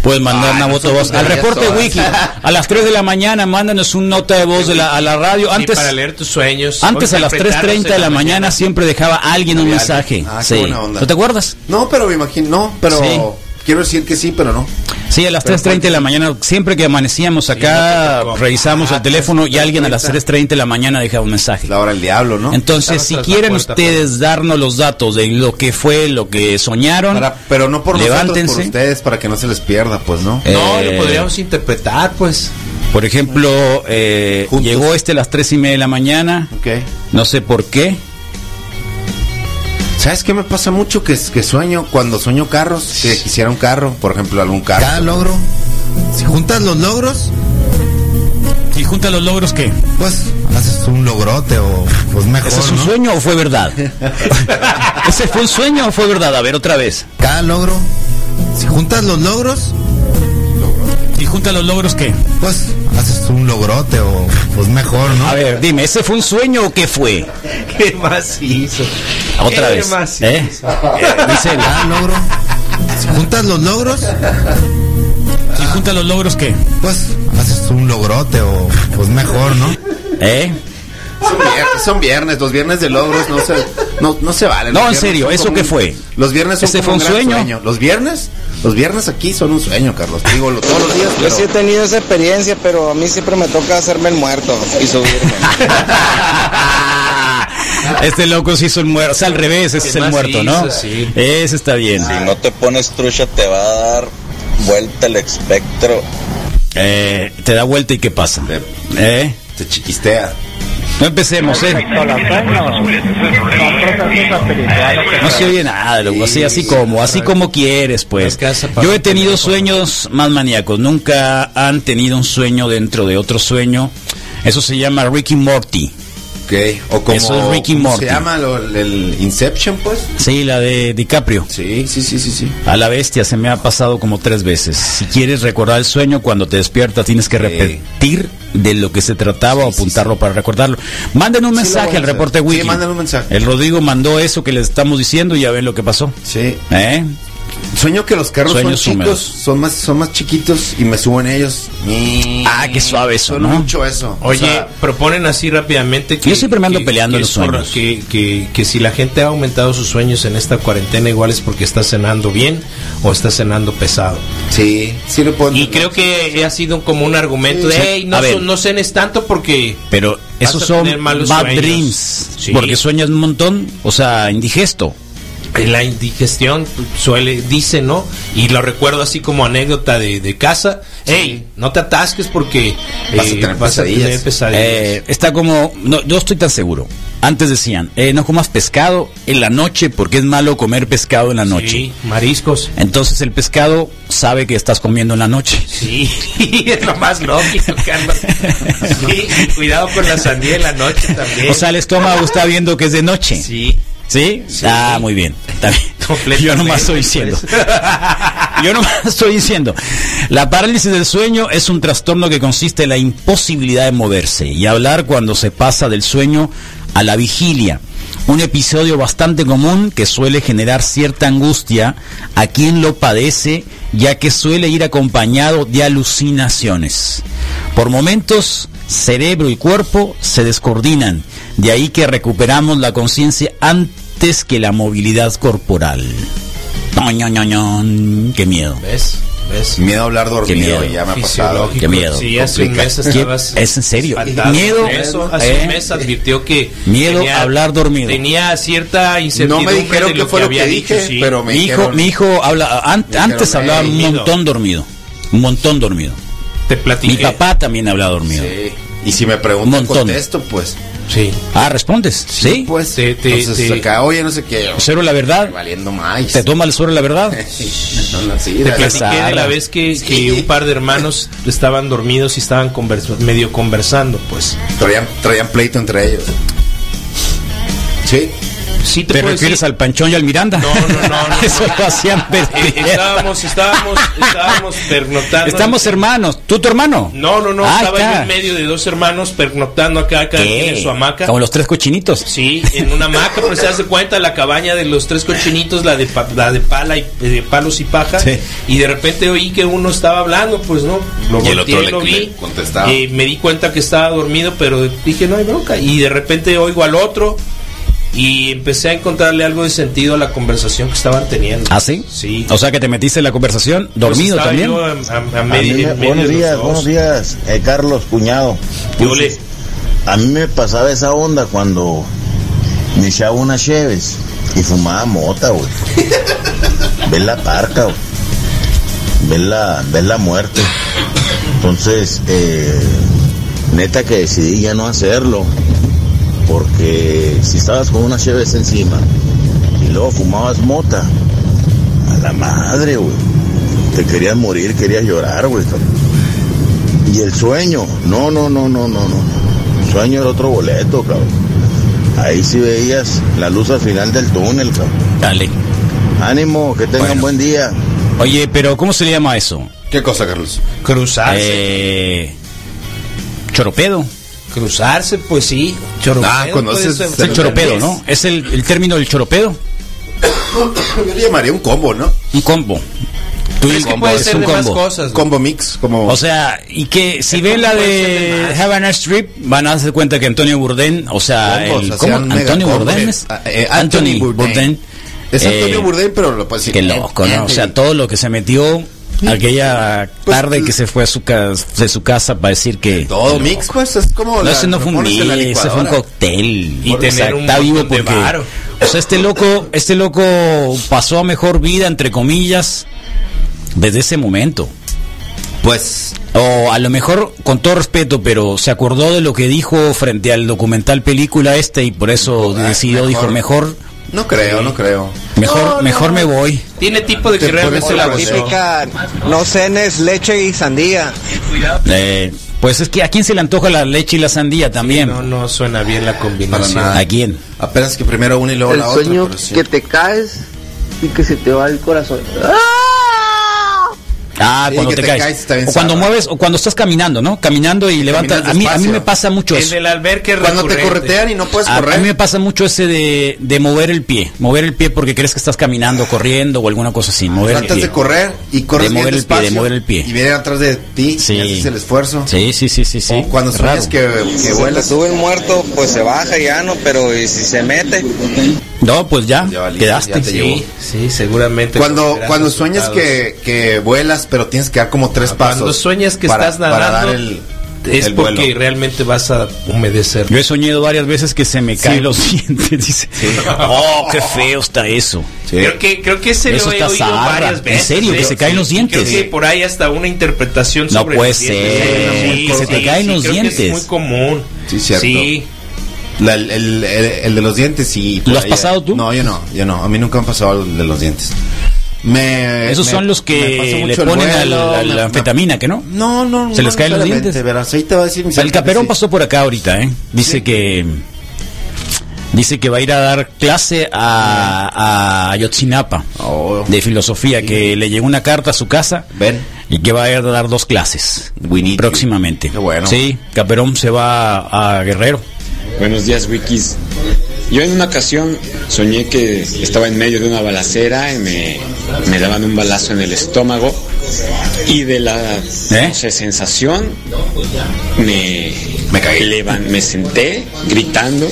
Speaker 3: Puedes mandar
Speaker 5: Ah,
Speaker 3: una
Speaker 5: no
Speaker 3: nota
Speaker 5: son
Speaker 3: de voz. Al
Speaker 5: tonterías
Speaker 3: reporte
Speaker 5: todas.
Speaker 3: wiki, a las 3 de la mañana, mándanos un nota de voz de la, a la radio.
Speaker 4: Sí,
Speaker 3: Antes,
Speaker 4: para leer tus sueños.
Speaker 3: antes a las
Speaker 4: Interpretarlos
Speaker 3: 3.30 de
Speaker 4: en
Speaker 3: la mañana siempre dejaba a alguien un
Speaker 5: Había
Speaker 3: mensaje.
Speaker 5: alguien. Ah, qué
Speaker 3: Sí.
Speaker 5: buena onda.
Speaker 3: ¿No te acuerdas?
Speaker 5: No, pero me imagino, no, pero
Speaker 3: Sí.
Speaker 5: quiero decir que sí, pero no.
Speaker 3: Sí, a las 3.30 de la mañana, siempre que amanecíamos acá, revisamos
Speaker 5: Ah,
Speaker 3: el teléfono y alguien a las 3.30 de la mañana dejaba un mensaje.
Speaker 5: La hora del diablo, pues, ¿no?
Speaker 3: Entonces,
Speaker 4: Estaba
Speaker 3: si
Speaker 4: tras la
Speaker 3: quieren
Speaker 4: puerta,
Speaker 5: pues.
Speaker 3: ustedes darnos los datos de lo que fue, lo que soñaron,
Speaker 5: Para- pero no por nosotros, por
Speaker 3: levántense.
Speaker 5: ustedes, para que no se les pierda, pues, ¿no?
Speaker 3: Eh,
Speaker 4: No, lo podríamos interpretar, pues.
Speaker 3: Por ejemplo, eh,
Speaker 5: Juntos.
Speaker 3: llegó este a las tres y media de la mañana,
Speaker 5: Ok.
Speaker 3: no sé por qué.
Speaker 5: ¿Sabes qué me pasa mucho? Que, que sueño, cuando sueño carros, que quisiera un carro, por ejemplo, algún carro.
Speaker 7: Cada logro. Si juntas los logros,
Speaker 3: ¿Y junta los logros qué?
Speaker 7: pues haces un logrote o pues mejor,
Speaker 3: ¿Ese es un
Speaker 7: ¿no?
Speaker 3: sueño o fue verdad? ¿Ese fue un sueño o fue verdad? A ver, otra vez.
Speaker 7: Cada logro. Si juntas los logros,
Speaker 3: ¿Y junta los logros qué?
Speaker 7: pues haces un logrote o pues mejor, ¿no?
Speaker 3: A ver, dime, ¿ese fue un sueño o qué fue?
Speaker 7: Eh,
Speaker 4: ¿Qué más hizo?
Speaker 3: Otra
Speaker 4: ¿Qué
Speaker 3: vez.
Speaker 4: más
Speaker 3: ¿Eh? En serio.
Speaker 7: Cada logro. Si juntas los logros,
Speaker 3: ¿Y junta los logros qué?
Speaker 7: pues haces un logrote o pues mejor, ¿no?
Speaker 3: ¿Eh?
Speaker 5: Son viernes, son viernes, los viernes de logros no se, no, no se valen.
Speaker 3: No,
Speaker 5: Los
Speaker 3: en
Speaker 5: viernes
Speaker 3: serio,
Speaker 5: son
Speaker 3: ¿eso
Speaker 5: como
Speaker 3: qué
Speaker 5: un-
Speaker 3: fue?
Speaker 5: Los viernes son
Speaker 3: ¿Ese
Speaker 5: como
Speaker 3: fue un
Speaker 5: gran
Speaker 3: sueño?
Speaker 5: Los viernes, los viernes aquí son un sueño, Carlos. Te Digo, lo- todos los días,
Speaker 6: Yo sí he
Speaker 5: pero...
Speaker 6: tenido esa experiencia, pero a mí siempre me toca hacerme el muerto y subirme.
Speaker 3: Este loco se hizo el muerto, o sea, al revés, ese es el
Speaker 4: más
Speaker 3: muerto,
Speaker 4: hizo,
Speaker 3: ¿no?
Speaker 4: sí.
Speaker 3: Ese está bien.
Speaker 8: Si no te pones trucha te va a dar vuelta el espectro.
Speaker 3: Eh, te da vuelta y qué pasa.
Speaker 5: Eh,
Speaker 3: ¿Eh?
Speaker 5: Te chiquistea.
Speaker 3: No empecemos, ¿eh? No se oye nada, loco. Así, así como, así como quieres, pues.
Speaker 4: Alcanza para
Speaker 3: Yo he
Speaker 4: un
Speaker 3: tenido
Speaker 4: teléfono.
Speaker 3: sueños más maníacos. Nunca han tenido un sueño dentro de otro sueño. Eso se llama Ricky Morty.
Speaker 5: Ok, o como
Speaker 3: Eso es Ricky
Speaker 5: ¿cómo
Speaker 3: Morty.
Speaker 5: se llama Lo- el Inception, pues.
Speaker 3: Sí, la de DiCaprio.
Speaker 5: Sí, sí, sí, sí, sí.
Speaker 3: A la bestia se me ha pasado como tres veces. Si quieres recordar el sueño, cuando te despiertas tienes que repetir de lo que se trataba o apuntarlo para recordarlo. Manden un
Speaker 5: Sí, lo
Speaker 3: mensaje
Speaker 5: voy a
Speaker 3: al
Speaker 5: hacer.
Speaker 3: reporte
Speaker 5: Sí,
Speaker 3: wiki.
Speaker 5: manden un mensaje.
Speaker 3: El Rodrigo mandó eso que les estamos diciendo y ya ven lo que pasó.
Speaker 5: Sí.
Speaker 3: ¿Eh?
Speaker 5: Sueño que los carros
Speaker 3: Sueños
Speaker 5: son chicos,
Speaker 3: húmedos.
Speaker 5: son más, son más chiquitos y me subo en ellos. Y-
Speaker 3: Ah, qué suave eso,
Speaker 5: Suena
Speaker 3: ¿no?
Speaker 5: mucho eso.
Speaker 4: Oye,
Speaker 5: O sea,
Speaker 4: proponen así rápidamente que...
Speaker 3: Yo siempre me ando
Speaker 4: que-
Speaker 3: peleando
Speaker 4: que
Speaker 3: los
Speaker 4: es por-
Speaker 3: sueños.
Speaker 4: Que, que- que si la gente ha aumentado sus sueños en esta cuarentena, igual es porque está cenando bien o está cenando pesado.
Speaker 5: sí, sí lo puedo
Speaker 4: Y creo
Speaker 5: entender.
Speaker 4: que ha sido como un argumento de,
Speaker 3: Sí.
Speaker 4: "Ey,
Speaker 3: A
Speaker 4: no,
Speaker 3: ver.
Speaker 4: so- no cenes tanto porque...
Speaker 3: Pero
Speaker 4: Vas
Speaker 3: esos
Speaker 4: a
Speaker 3: son
Speaker 4: tener malos
Speaker 3: bad
Speaker 4: sueños.
Speaker 3: dreams.
Speaker 4: Sí.
Speaker 3: Porque sueñas un montón, o sea, indigesto.
Speaker 4: La indigestión suele, dice, ¿no? Y lo recuerdo así como anécdota de, de casa. Ey, no te atasques porque eh,
Speaker 5: Vas a tener pesadillas.
Speaker 4: pesadillas".
Speaker 3: Eh, está como, no, yo estoy tan seguro. Antes decían, eh, no comas pescado en la noche porque es malo comer pescado en la noche.
Speaker 4: Sí, mariscos.
Speaker 3: Entonces el pescado sabe que estás comiendo en la noche.
Speaker 4: Sí, es lo más lógico, Carlos. Sí, cuidado con la sandía en la noche también.
Speaker 3: O sea, el estómago está viendo que es de noche. ¿Sí?
Speaker 4: sí.
Speaker 3: Ah, muy bien. Está bien.
Speaker 4: Completamente,
Speaker 3: Yo nomás estoy diciendo.
Speaker 4: pues.
Speaker 3: Yo no estoy diciendo. La parálisis del sueño es un trastorno que consiste en la imposibilidad de moverse y hablar cuando se pasa del sueño a la vigilia. Un episodio bastante común que suele generar cierta angustia a quien lo padece, ya que suele ir acompañado de alucinaciones. Por momentos, cerebro y cuerpo se descoordinan, de ahí que recuperamos la conciencia antes que la movilidad corporal. Toñoñoñón, ¡Qué miedo!
Speaker 4: ¿Ves? ¿Ves?
Speaker 5: Miedo a hablar dormido,
Speaker 3: miedo.
Speaker 5: ya me ha pasado.
Speaker 4: Fisiológico.
Speaker 3: Qué miedo.
Speaker 4: Sí, hace un
Speaker 5: Complica-
Speaker 4: mes
Speaker 3: ¿Qué?
Speaker 4: estabas.
Speaker 3: ¿Es en serio?
Speaker 4: espantado
Speaker 3: Miedo.
Speaker 4: con eso. Hace
Speaker 3: ¿Eh?
Speaker 4: un mes advirtió que.
Speaker 3: Miedo a hablar dormido.
Speaker 4: Tenía cierta
Speaker 5: No me
Speaker 4: incertidumbre.
Speaker 5: dijeron
Speaker 4: de
Speaker 5: que fue lo que
Speaker 4: había dicho,
Speaker 5: dije,
Speaker 4: sí.
Speaker 5: pero me
Speaker 3: Mi hijo,
Speaker 5: dijeron-
Speaker 3: mi hijo habla, an-
Speaker 5: dijeron,
Speaker 3: antes hablaba un
Speaker 5: "Ey,
Speaker 3: montón dormido. Un montón dormido.
Speaker 4: Te
Speaker 3: Mi
Speaker 4: platiqué.
Speaker 3: papá también habla dormido.
Speaker 5: Sí. Y si me
Speaker 3: Un
Speaker 5: preguntan,
Speaker 3: montón.
Speaker 5: contesto, pues.
Speaker 4: Sí.
Speaker 3: Ah, ¿respondes? Sí.
Speaker 5: Pues,
Speaker 4: Te- te-
Speaker 5: entonces
Speaker 4: te-
Speaker 5: acá, oye, no sé qué.
Speaker 3: Cero la verdad.
Speaker 5: Valiendo más.
Speaker 3: Te toma el suero la verdad.
Speaker 5: No, no, sí,
Speaker 4: Te
Speaker 5: dale.
Speaker 3: Esa
Speaker 4: platiqué de
Speaker 3: ala.
Speaker 4: la vez que, que
Speaker 5: Sí.
Speaker 4: un par de hermanos estaban dormidos y estaban conversa- medio conversando, pues.
Speaker 5: traían, traían pleito entre ellos. Sí.
Speaker 4: Sí te,
Speaker 3: ¿Te
Speaker 4: puedo
Speaker 3: refieres
Speaker 4: decir-
Speaker 3: al Panchón y al Miranda?
Speaker 4: No, no, no, no.
Speaker 3: Eso lo hacían
Speaker 4: Eh, estábamos, estábamos, estábamos pernoctando.
Speaker 3: Estamos hermanos. ¿Tú, tu hermano?
Speaker 4: No, no, no.
Speaker 3: Ah,
Speaker 4: estaba
Speaker 3: está.
Speaker 4: yo en medio de dos hermanos pernoctando acá, cada quien
Speaker 3: ¿Qué?
Speaker 4: en su hamaca.
Speaker 3: Como los tres cochinitos.
Speaker 4: Sí, en una hamaca, pero se hace cuenta la cabaña de los tres cochinitos, la de, pa- la de pala y eh, de palos y paja.
Speaker 3: Sí.
Speaker 4: Y de repente oí que uno estaba hablando, pues no.
Speaker 5: Lo
Speaker 4: volteé,
Speaker 5: volteó, le-
Speaker 4: lo
Speaker 5: le
Speaker 4: vi.
Speaker 5: contestaba.
Speaker 4: eh, me di cuenta que estaba dormido, pero dije, no hay bronca. Y de repente oigo al otro y empecé a encontrarle algo de sentido a la conversación que estaban teniendo.
Speaker 3: ¿Ah, sí?
Speaker 4: Sí.
Speaker 3: O sea que te metiste en la conversación dormido
Speaker 4: Pues estaba
Speaker 3: también.
Speaker 4: yo a- a- a
Speaker 9: A mí
Speaker 4: medio-
Speaker 9: me-
Speaker 4: en medio
Speaker 9: buenos
Speaker 4: de los
Speaker 9: días,
Speaker 4: dos.
Speaker 9: buenos días, eh, Carlos, cuñado.
Speaker 4: Yo le-
Speaker 9: A mí me pasaba esa onda cuando me echaba unas cheves y fumaba mota, güey. Ves la parca, güey. Ves la, ves la muerte. Entonces, eh, neta que decidí ya no hacerlo. Porque si estabas con unas cheves encima y luego fumabas mota, a la madre, güey. Te querías morir, querías llorar, güey. cabrón. Y el sueño, no, no, no, no, no, no. El sueño era otro boleto, cabrón. Ahí sí veías la luz al final del túnel, cabrón.
Speaker 3: Dale.
Speaker 9: Ánimo, que tengan
Speaker 3: Bueno.
Speaker 9: buen día.
Speaker 3: Oye, pero ¿cómo se le llama eso?
Speaker 5: ¿Qué cosa, Carlos?
Speaker 4: Cruzarse.
Speaker 3: Eh, choropedo.
Speaker 4: Cruzarse, pues sí. Choropedo,
Speaker 5: Ah, conoces-
Speaker 4: puede
Speaker 5: es
Speaker 3: Es el choropedo, ¿no? Es el, el término del choropedo.
Speaker 5: Yo le llamaría un combo, ¿no?
Speaker 3: Un combo. Tú
Speaker 4: Es
Speaker 3: dices
Speaker 4: que puede
Speaker 3: es
Speaker 4: ser
Speaker 3: un
Speaker 4: de más
Speaker 3: combo.
Speaker 4: cosas. güey.
Speaker 5: Combo mix, como.
Speaker 3: Pues, O sea, y que si
Speaker 4: El
Speaker 3: ven la
Speaker 4: combo puede ser
Speaker 3: de
Speaker 4: de más.
Speaker 3: Havana Strip, van a darse cuenta que Antonio Bourdain, o sea,
Speaker 5: Combos,
Speaker 3: el-
Speaker 5: hacían
Speaker 3: ¿cómo?
Speaker 5: mega
Speaker 3: Antonio
Speaker 5: combos.
Speaker 3: Bourdain es-
Speaker 5: Ah, eh, Anthony Bourdain. es Antonio
Speaker 3: eh,
Speaker 5: Bourdain, pero lo puedes decir.
Speaker 3: Qué loco, ¿no? O sea, todo lo que se metió aquella
Speaker 5: Pues,
Speaker 3: tarde que se fue a su ca- de su casa para decir que
Speaker 5: Todo mix, pues es como.
Speaker 3: No,
Speaker 5: la-
Speaker 3: ese no
Speaker 5: lo
Speaker 3: fue un
Speaker 5: pones en la
Speaker 3: mix, ese fue un
Speaker 5: licuadora.
Speaker 3: cóctel.
Speaker 4: Y
Speaker 3: O
Speaker 4: tener
Speaker 3: sea,
Speaker 4: un
Speaker 3: está vivo
Speaker 4: montón de
Speaker 3: porque.
Speaker 4: varo.
Speaker 3: O sea, este loco, este loco pasó a mejor vida, entre comillas, desde ese momento.
Speaker 5: Pues.
Speaker 3: O a lo mejor, con todo respeto, pero se acordó de lo que dijo frente al documental película este y por eso
Speaker 5: ah,
Speaker 3: decidió, dijo, mejor,
Speaker 5: No creo, no creo.
Speaker 3: mejor,
Speaker 5: No, no.
Speaker 3: mejor me voy.
Speaker 4: Tiene tipo de
Speaker 5: Te
Speaker 4: que realmente
Speaker 5: pones
Speaker 4: la
Speaker 5: la
Speaker 4: gozó.
Speaker 6: Típica, no cenes leche y sandía.
Speaker 3: Eh, pues es que a quién se le antoja la leche y la sandía también.
Speaker 4: No, no suena bien la combinación.
Speaker 5: Para nada.
Speaker 3: ¿A quién?
Speaker 5: Apenas que primero una y luego
Speaker 10: el
Speaker 5: la
Speaker 10: sueño
Speaker 5: otra. pero sí.
Speaker 10: que te caes y que se te va el corazón.
Speaker 3: Ah,
Speaker 5: Sí,
Speaker 3: cuando
Speaker 5: que
Speaker 3: te,
Speaker 5: te
Speaker 3: caes.
Speaker 5: caes, está bien
Speaker 3: o cuando
Speaker 5: sabroso.
Speaker 3: mueves, o cuando estás caminando, ¿no? Caminando y levantas. A mí, a mí
Speaker 5: despacio.
Speaker 3: me pasa mucho
Speaker 4: El
Speaker 3: eso.
Speaker 4: del albergue
Speaker 5: Cuando te
Speaker 4: recurrente.
Speaker 5: corretean y no puedes
Speaker 3: A, a
Speaker 5: correr.
Speaker 3: mí me pasa mucho ese de, de mover el pie, mover el pie porque crees que estás caminando, corriendo o alguna cosa así, mover el
Speaker 5: Tratas
Speaker 3: pie.
Speaker 5: Pues de correr y
Speaker 3: Pues De
Speaker 5: corres bien
Speaker 3: mover el pie, de
Speaker 5: despacio
Speaker 3: mover el pie.
Speaker 5: Y vienen atrás de ti
Speaker 3: Sí.
Speaker 5: y haces el esfuerzo.
Speaker 3: Sí, sí, sí, sí, sí.
Speaker 5: O cuando
Speaker 3: Es
Speaker 5: sueñas que, que vuelas.
Speaker 10: sube muerto, pues se baja ya no, pero y si se mete,
Speaker 3: No, pues ya,
Speaker 5: Ya valiste,
Speaker 3: quedaste.
Speaker 5: ya te llevó.
Speaker 4: Sí, sí, seguramente.
Speaker 5: Cuando,
Speaker 4: conocerás
Speaker 5: cuando
Speaker 4: sus
Speaker 5: sueñas
Speaker 4: resultados.
Speaker 5: que, que vuelas, pero tienes que dar como tres pasos.
Speaker 4: Cuando sueñas que
Speaker 5: para-
Speaker 4: estás nadando,
Speaker 5: Para dar el,
Speaker 4: es
Speaker 5: el
Speaker 4: porque
Speaker 5: vuelo.
Speaker 4: realmente vas a humedecer.
Speaker 3: Yo he soñado varias veces que se me caen los dientes. Dice, oh, qué feo está eso.
Speaker 4: Creo que, creo que se
Speaker 3: Eso
Speaker 4: lo he
Speaker 3: está
Speaker 4: oído
Speaker 3: zarra.
Speaker 4: varias
Speaker 3: En
Speaker 4: veces.
Speaker 3: serio, que
Speaker 4: ¿eh?
Speaker 3: se caen los dientes.
Speaker 4: Creo que por ahí hasta una interpretación
Speaker 3: No
Speaker 4: sobre
Speaker 3: puede
Speaker 4: los dientes.
Speaker 3: ser,
Speaker 4: Sí,
Speaker 3: que se te
Speaker 4: sí,
Speaker 3: caen
Speaker 4: sí,
Speaker 3: los
Speaker 4: creo que
Speaker 3: dientes.
Speaker 4: es muy común.
Speaker 5: Sí, cierto.
Speaker 4: Sí.
Speaker 5: La- el, el- el- el de los dientes y... por
Speaker 3: ¿Lo has
Speaker 5: ahí-
Speaker 3: pasado tú?
Speaker 5: No, yo no, yo no. A mí nunca me han pasado el de los dientes. Me,
Speaker 3: Esos
Speaker 5: me-
Speaker 3: son los
Speaker 5: me pasa
Speaker 3: que le
Speaker 5: mucho el
Speaker 3: ponen a
Speaker 5: vuelo,
Speaker 3: la, a la
Speaker 5: me-
Speaker 3: anfetamina, ¿que no?
Speaker 5: No, no.
Speaker 3: ¿Se
Speaker 5: no
Speaker 3: les caen los
Speaker 5: necesariamente,
Speaker 3: dientes?
Speaker 5: verás, ahí te va a decir mi
Speaker 3: El
Speaker 5: sargento que
Speaker 3: caperón
Speaker 5: sí.
Speaker 3: pasó por acá ahorita, ¿eh? Dice que Dice que va a ir a dar clase a, a Ayotzinapa
Speaker 5: Oh.
Speaker 3: de filosofía, que le llegó una carta a su casa
Speaker 5: Ven.
Speaker 3: y que va a ir a dar dos clases próximamente.
Speaker 5: bueno.
Speaker 3: Sí, Caperón se va a Guerrero.
Speaker 11: Buenos días, Wikis. Yo en una ocasión soñé que estaba en medio de una balacera y me, me daban un balazo en el estómago y de la
Speaker 3: ¿Eh?
Speaker 11: no sé, sensación me, me levan- me senté gritando,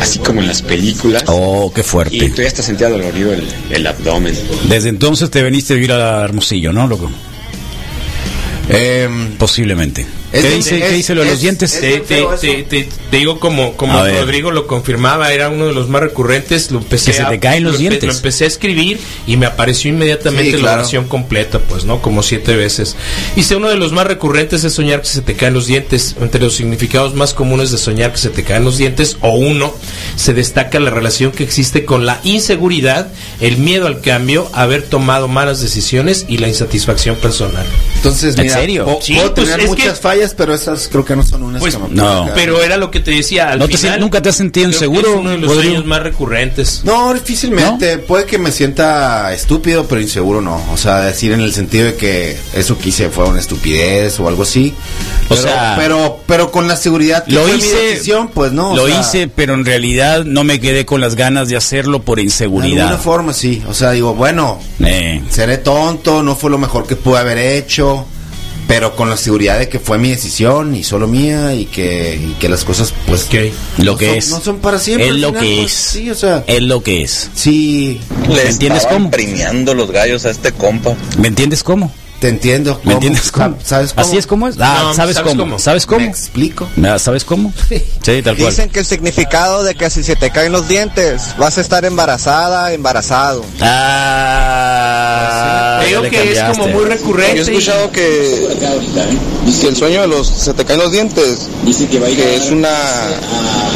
Speaker 11: así como en las películas.
Speaker 3: Oh, qué fuerte.
Speaker 11: Y todavía hasta sentía dolorido el, el abdomen.
Speaker 3: Desde entonces te viniste a vivir a Hermosillo, ¿no, loco?
Speaker 5: Em,
Speaker 3: Posiblemente. ¿Qué dice, qué dice lo de los dientes?
Speaker 4: Te, te- te- te- te digo como, como
Speaker 3: A ver.
Speaker 4: Rodrigo lo confirmaba, era uno de los más recurrentes. Lo empecé
Speaker 3: Que se
Speaker 4: a-
Speaker 3: te caen los
Speaker 4: lo empe-
Speaker 3: dientes.
Speaker 4: Lo empecé a escribir y me apareció inmediatamente
Speaker 5: Sí,
Speaker 4: la
Speaker 5: claro.
Speaker 4: oración completa, pues, ¿no? Como siete veces. Y sé, uno de los más recurrentes es soñar que se te caen los dientes. Entre los significados más comunes de soñar que se te caen los dientes, o uno, se destaca la relación que existe con la inseguridad, el miedo al cambio, haber tomado malas decisiones y la insatisfacción personal.
Speaker 5: Entonces,
Speaker 4: ¿En
Speaker 5: mira,
Speaker 4: serio?
Speaker 5: po-
Speaker 4: Sí,
Speaker 5: puedo
Speaker 4: pues,
Speaker 5: tener
Speaker 4: es
Speaker 5: muchas
Speaker 4: que- Pues,
Speaker 5: fallas, pero esas creo que no son unas que me puedan
Speaker 3: Pues, no.
Speaker 5: caer.
Speaker 4: Pero era lo que te decía al
Speaker 3: ¿No te
Speaker 4: final,
Speaker 3: sien- ¿Nunca te has sentido
Speaker 4: creo que
Speaker 3: inseguro,
Speaker 4: Es uno de los
Speaker 3: Rodrigo?
Speaker 4: sueños más recurrentes.
Speaker 5: No, difícilmente. Puede que me sienta estúpido, pero inseguro no. O sea, decir en el sentido de que eso que hice fue una estupidez o algo así.
Speaker 3: O
Speaker 5: pero,
Speaker 3: sea-
Speaker 5: pero, pero con la seguridad que
Speaker 3: Lo
Speaker 5: fue mi
Speaker 3: hice,
Speaker 5: decisión, pues no. o
Speaker 3: lo
Speaker 5: sea,
Speaker 3: hice, pero en realidad no me quedé con las ganas de hacerlo por
Speaker 5: De alguna
Speaker 3: inseguridad.
Speaker 5: forma, sí. O sea, digo, bueno,
Speaker 3: Eh,
Speaker 5: seré tonto, no fue lo mejor que pude haber hecho, pero con la seguridad de que fue mi decisión y solo mía y que, y que las cosas, pues,
Speaker 4: Ok.
Speaker 3: lo que
Speaker 5: no, son-
Speaker 3: es.
Speaker 5: no son para siempre.
Speaker 3: Es
Speaker 5: al
Speaker 3: lo
Speaker 5: final,
Speaker 3: que
Speaker 5: pues,
Speaker 3: es.
Speaker 5: Sí, o sea,
Speaker 3: Es lo que es.
Speaker 5: sí,
Speaker 3: ¿Me
Speaker 8: Le
Speaker 3: entiendes cómo?
Speaker 8: estaban premiando los gallos a este compa.
Speaker 3: ¿Me entiendes cómo?
Speaker 5: te entiendo.
Speaker 3: ¿Me entiendes cómo?
Speaker 5: ¿Sabes cómo?
Speaker 3: Así es como es. Ah,
Speaker 4: No,
Speaker 3: ¿sabes,
Speaker 4: ¿sabes
Speaker 3: cómo?
Speaker 4: cómo?
Speaker 3: ¿Sabes
Speaker 5: ¿Me
Speaker 3: cómo?
Speaker 5: explico?
Speaker 3: Ah, ¿Sabes cómo? Sí, tal cual.
Speaker 6: Dicen que el significado de que si se te caen los dientes vas a estar embarazada, embarazado.
Speaker 3: Ah,
Speaker 4: Creo
Speaker 3: ya le
Speaker 4: que es como
Speaker 3: cambiaste.
Speaker 4: muy
Speaker 10: Yo he
Speaker 4: recurrente. y-
Speaker 10: escuchado que,
Speaker 8: ¿eh?
Speaker 10: que el sueño de los se te caen los dientes, que es una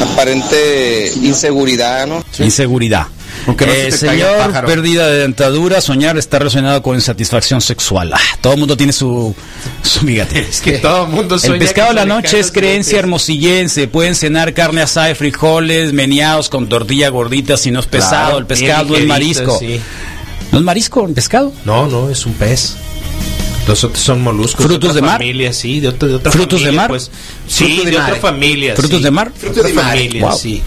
Speaker 10: aparente inseguridad, ¿no?
Speaker 3: Inseguridad.
Speaker 5: Aunque no se
Speaker 3: Eh,
Speaker 5: te caiga el
Speaker 3: señor,
Speaker 5: pájaro.
Speaker 3: pérdida de dentadura, soñar está relacionado con insatisfacción sexual. Ah, todo el mundo tiene su, su migate.
Speaker 4: Es que todo el mundo sueña
Speaker 3: El pescado de
Speaker 4: que
Speaker 3: la
Speaker 4: se le
Speaker 3: noche
Speaker 4: caen
Speaker 3: es
Speaker 4: los
Speaker 3: creencia
Speaker 4: dientes.
Speaker 3: hermosillense. Pueden cenar carne asada y frijoles meneados con tortilla gordita si no es
Speaker 4: Claro,
Speaker 3: pesado. el pescado no
Speaker 4: bien
Speaker 3: es
Speaker 4: ligerito,
Speaker 3: marisco.
Speaker 4: sí.
Speaker 3: ¿No es marisco el pescado?
Speaker 4: No, no, es un pez. Los otros son moluscos.
Speaker 3: ¿Frutos de
Speaker 4: otra
Speaker 3: mar?
Speaker 4: Familia, sí, de, otro- de otra
Speaker 3: ¿Frutos de
Speaker 4: familia,
Speaker 3: mar?
Speaker 4: Pues, sí,
Speaker 3: ¿Frutos de
Speaker 4: de,
Speaker 3: mar?
Speaker 4: otra familia.
Speaker 3: ¿Frutos
Speaker 4: sí.
Speaker 3: de mar?
Speaker 4: De
Speaker 3: ¿Frutos
Speaker 4: otra
Speaker 3: de mar?
Speaker 4: familia,
Speaker 3: Wow.
Speaker 4: sí.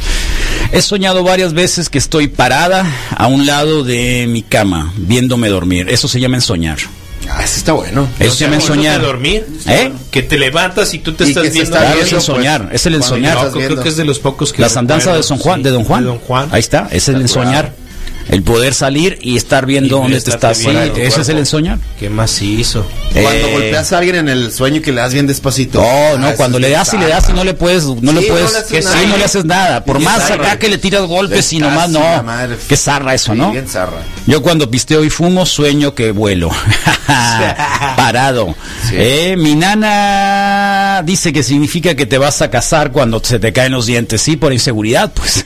Speaker 3: He soñado varias veces que estoy parada a un lado de mi cama, viéndome dormir. Eso se llama ensoñar.
Speaker 5: Ah, eso está bueno.
Speaker 3: Eso se llama
Speaker 4: ¿Te acuerdas
Speaker 3: ensoñar.
Speaker 4: de dormir?
Speaker 3: ¿Eh?
Speaker 4: Que te levantas y tú te
Speaker 5: Y
Speaker 4: estás
Speaker 5: que se
Speaker 4: viendo.
Speaker 5: está
Speaker 3: Claro, es
Speaker 5: viendo,
Speaker 3: el soñar, es el
Speaker 5: cuando
Speaker 3: ensoñar.
Speaker 5: estás
Speaker 4: Loco, creo
Speaker 5: viendo.
Speaker 4: que es de los pocos que
Speaker 3: Las andanzas de
Speaker 4: recuerdo,
Speaker 3: San Juan,
Speaker 4: sí,
Speaker 3: de Don Juan.
Speaker 4: de Don Juan.
Speaker 3: Ahí está, ese es el
Speaker 4: Está curado.
Speaker 3: ensoñar. El poder salir y estar viendo
Speaker 4: Y
Speaker 3: dónde te
Speaker 4: estarte
Speaker 3: estás. Sí,
Speaker 4: viendo el
Speaker 3: ese es el
Speaker 4: cuerpo.
Speaker 3: ensoñar.
Speaker 4: ¿Qué más hizo?
Speaker 5: Cuando
Speaker 3: Eh,
Speaker 5: golpeas a alguien en el sueño y que le das bien despacito.
Speaker 3: Oh, No,
Speaker 5: Ah,
Speaker 3: no,
Speaker 5: eso
Speaker 3: cuando
Speaker 5: es
Speaker 3: le das y le das y no le puedes, no
Speaker 5: Sí,
Speaker 3: le
Speaker 5: no le
Speaker 3: puedes,
Speaker 5: haces
Speaker 3: que
Speaker 5: nada.
Speaker 3: sí, no le haces nada. Por
Speaker 5: Bien
Speaker 3: más
Speaker 5: zarra.
Speaker 3: acá que le tiras golpes y
Speaker 5: Estás
Speaker 3: nomás no.
Speaker 5: en la madre.
Speaker 3: Qué zarra eso,
Speaker 5: Sí,
Speaker 3: ¿no?
Speaker 5: bien zarra.
Speaker 3: Yo cuando pisteo y fumo sueño que vuelo. Parado.
Speaker 5: Sí.
Speaker 3: Eh, mi nana dice que significa que te vas a casar cuando se te caen los dientes. Sí, por inseguridad, pues.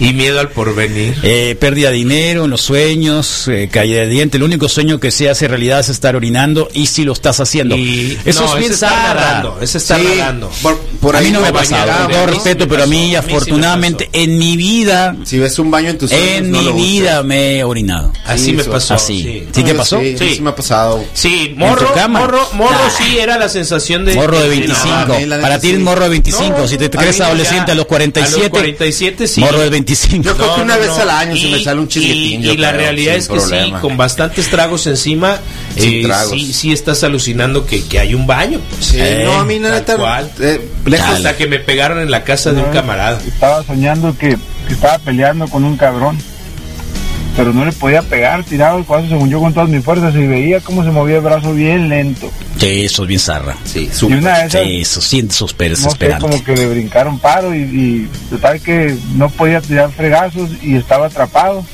Speaker 4: y miedo al porvenir.
Speaker 3: Eh, pérdida de dinero en los sueños, eh, caída de diente. El único sueño que se hace realidad es estar orinando y si lo estás haciendo.
Speaker 4: Y-
Speaker 3: Eso
Speaker 4: no,
Speaker 3: es bien
Speaker 4: ese está
Speaker 3: zarra.
Speaker 4: nadando, ese está
Speaker 5: Sí,
Speaker 4: nadando.
Speaker 5: por, por
Speaker 3: a
Speaker 5: ahí
Speaker 3: mí no me ha
Speaker 5: lo
Speaker 3: pasado,
Speaker 5: bañaron,
Speaker 3: con todo
Speaker 5: ¿no?
Speaker 3: respeto, pero a
Speaker 4: A mí sí
Speaker 3: mí
Speaker 4: me
Speaker 3: afortunadamente en mi vida,
Speaker 5: Si ves un baño en tus sueños,
Speaker 3: en
Speaker 5: no
Speaker 3: mi
Speaker 5: lo uses.
Speaker 3: vida me he orinado.
Speaker 4: Así
Speaker 5: Sí,
Speaker 4: me
Speaker 5: eso- Pues
Speaker 4: pasó.
Speaker 3: así.
Speaker 4: sí.
Speaker 3: ¿Sí te pasó?
Speaker 5: Sí,
Speaker 4: Sí.
Speaker 5: sí me ha pasado.
Speaker 4: Sí, morro,
Speaker 3: tu cama?
Speaker 4: morro, morro
Speaker 3: Nah.
Speaker 4: sí era la sensación de
Speaker 3: Morro de
Speaker 4: No,
Speaker 3: 25.
Speaker 5: mí la neta
Speaker 3: Para ti es
Speaker 5: sí.
Speaker 3: morro de 25.
Speaker 4: no,
Speaker 3: si te, te
Speaker 4: a
Speaker 3: crees
Speaker 4: mí ya-
Speaker 3: adolescente a los 47.
Speaker 4: A los 47 sí.
Speaker 3: Morro de 25.
Speaker 5: Yo- creo que una vez al año se me sale un chisguetín,
Speaker 4: Y,
Speaker 5: yo
Speaker 4: y la
Speaker 5: creo,
Speaker 4: realidad
Speaker 5: sin
Speaker 4: es que
Speaker 5: problema.
Speaker 4: sí, con bastantes tragos encima,
Speaker 5: Sin
Speaker 4: eh,
Speaker 5: tragos.
Speaker 4: sí, sí estás alucinando que, que hay un baño. pues.
Speaker 5: Sí,
Speaker 3: Eh,
Speaker 5: no, a mí la
Speaker 4: tal
Speaker 5: neta,
Speaker 4: cual.
Speaker 5: eh, lejos
Speaker 3: Chale.
Speaker 4: Hasta que me pegaron en la casa de un camarada.
Speaker 12: Estaba soñando que, que estaba peleando con un cabrón, pero no le podía pegar, tiraba el cuadro según yo con todas mis fuerzas y veía cómo se movía el brazo bien lento.
Speaker 3: Sí, eso es bien zarra.
Speaker 5: Sí,
Speaker 12: Y
Speaker 5: súper.
Speaker 12: una de esas,
Speaker 3: Sí, eso sí, eso es
Speaker 12: no sé,
Speaker 3: desesperante.
Speaker 12: como que le brincaron paro y, y total que no podía tirar fregazos y estaba atrapado.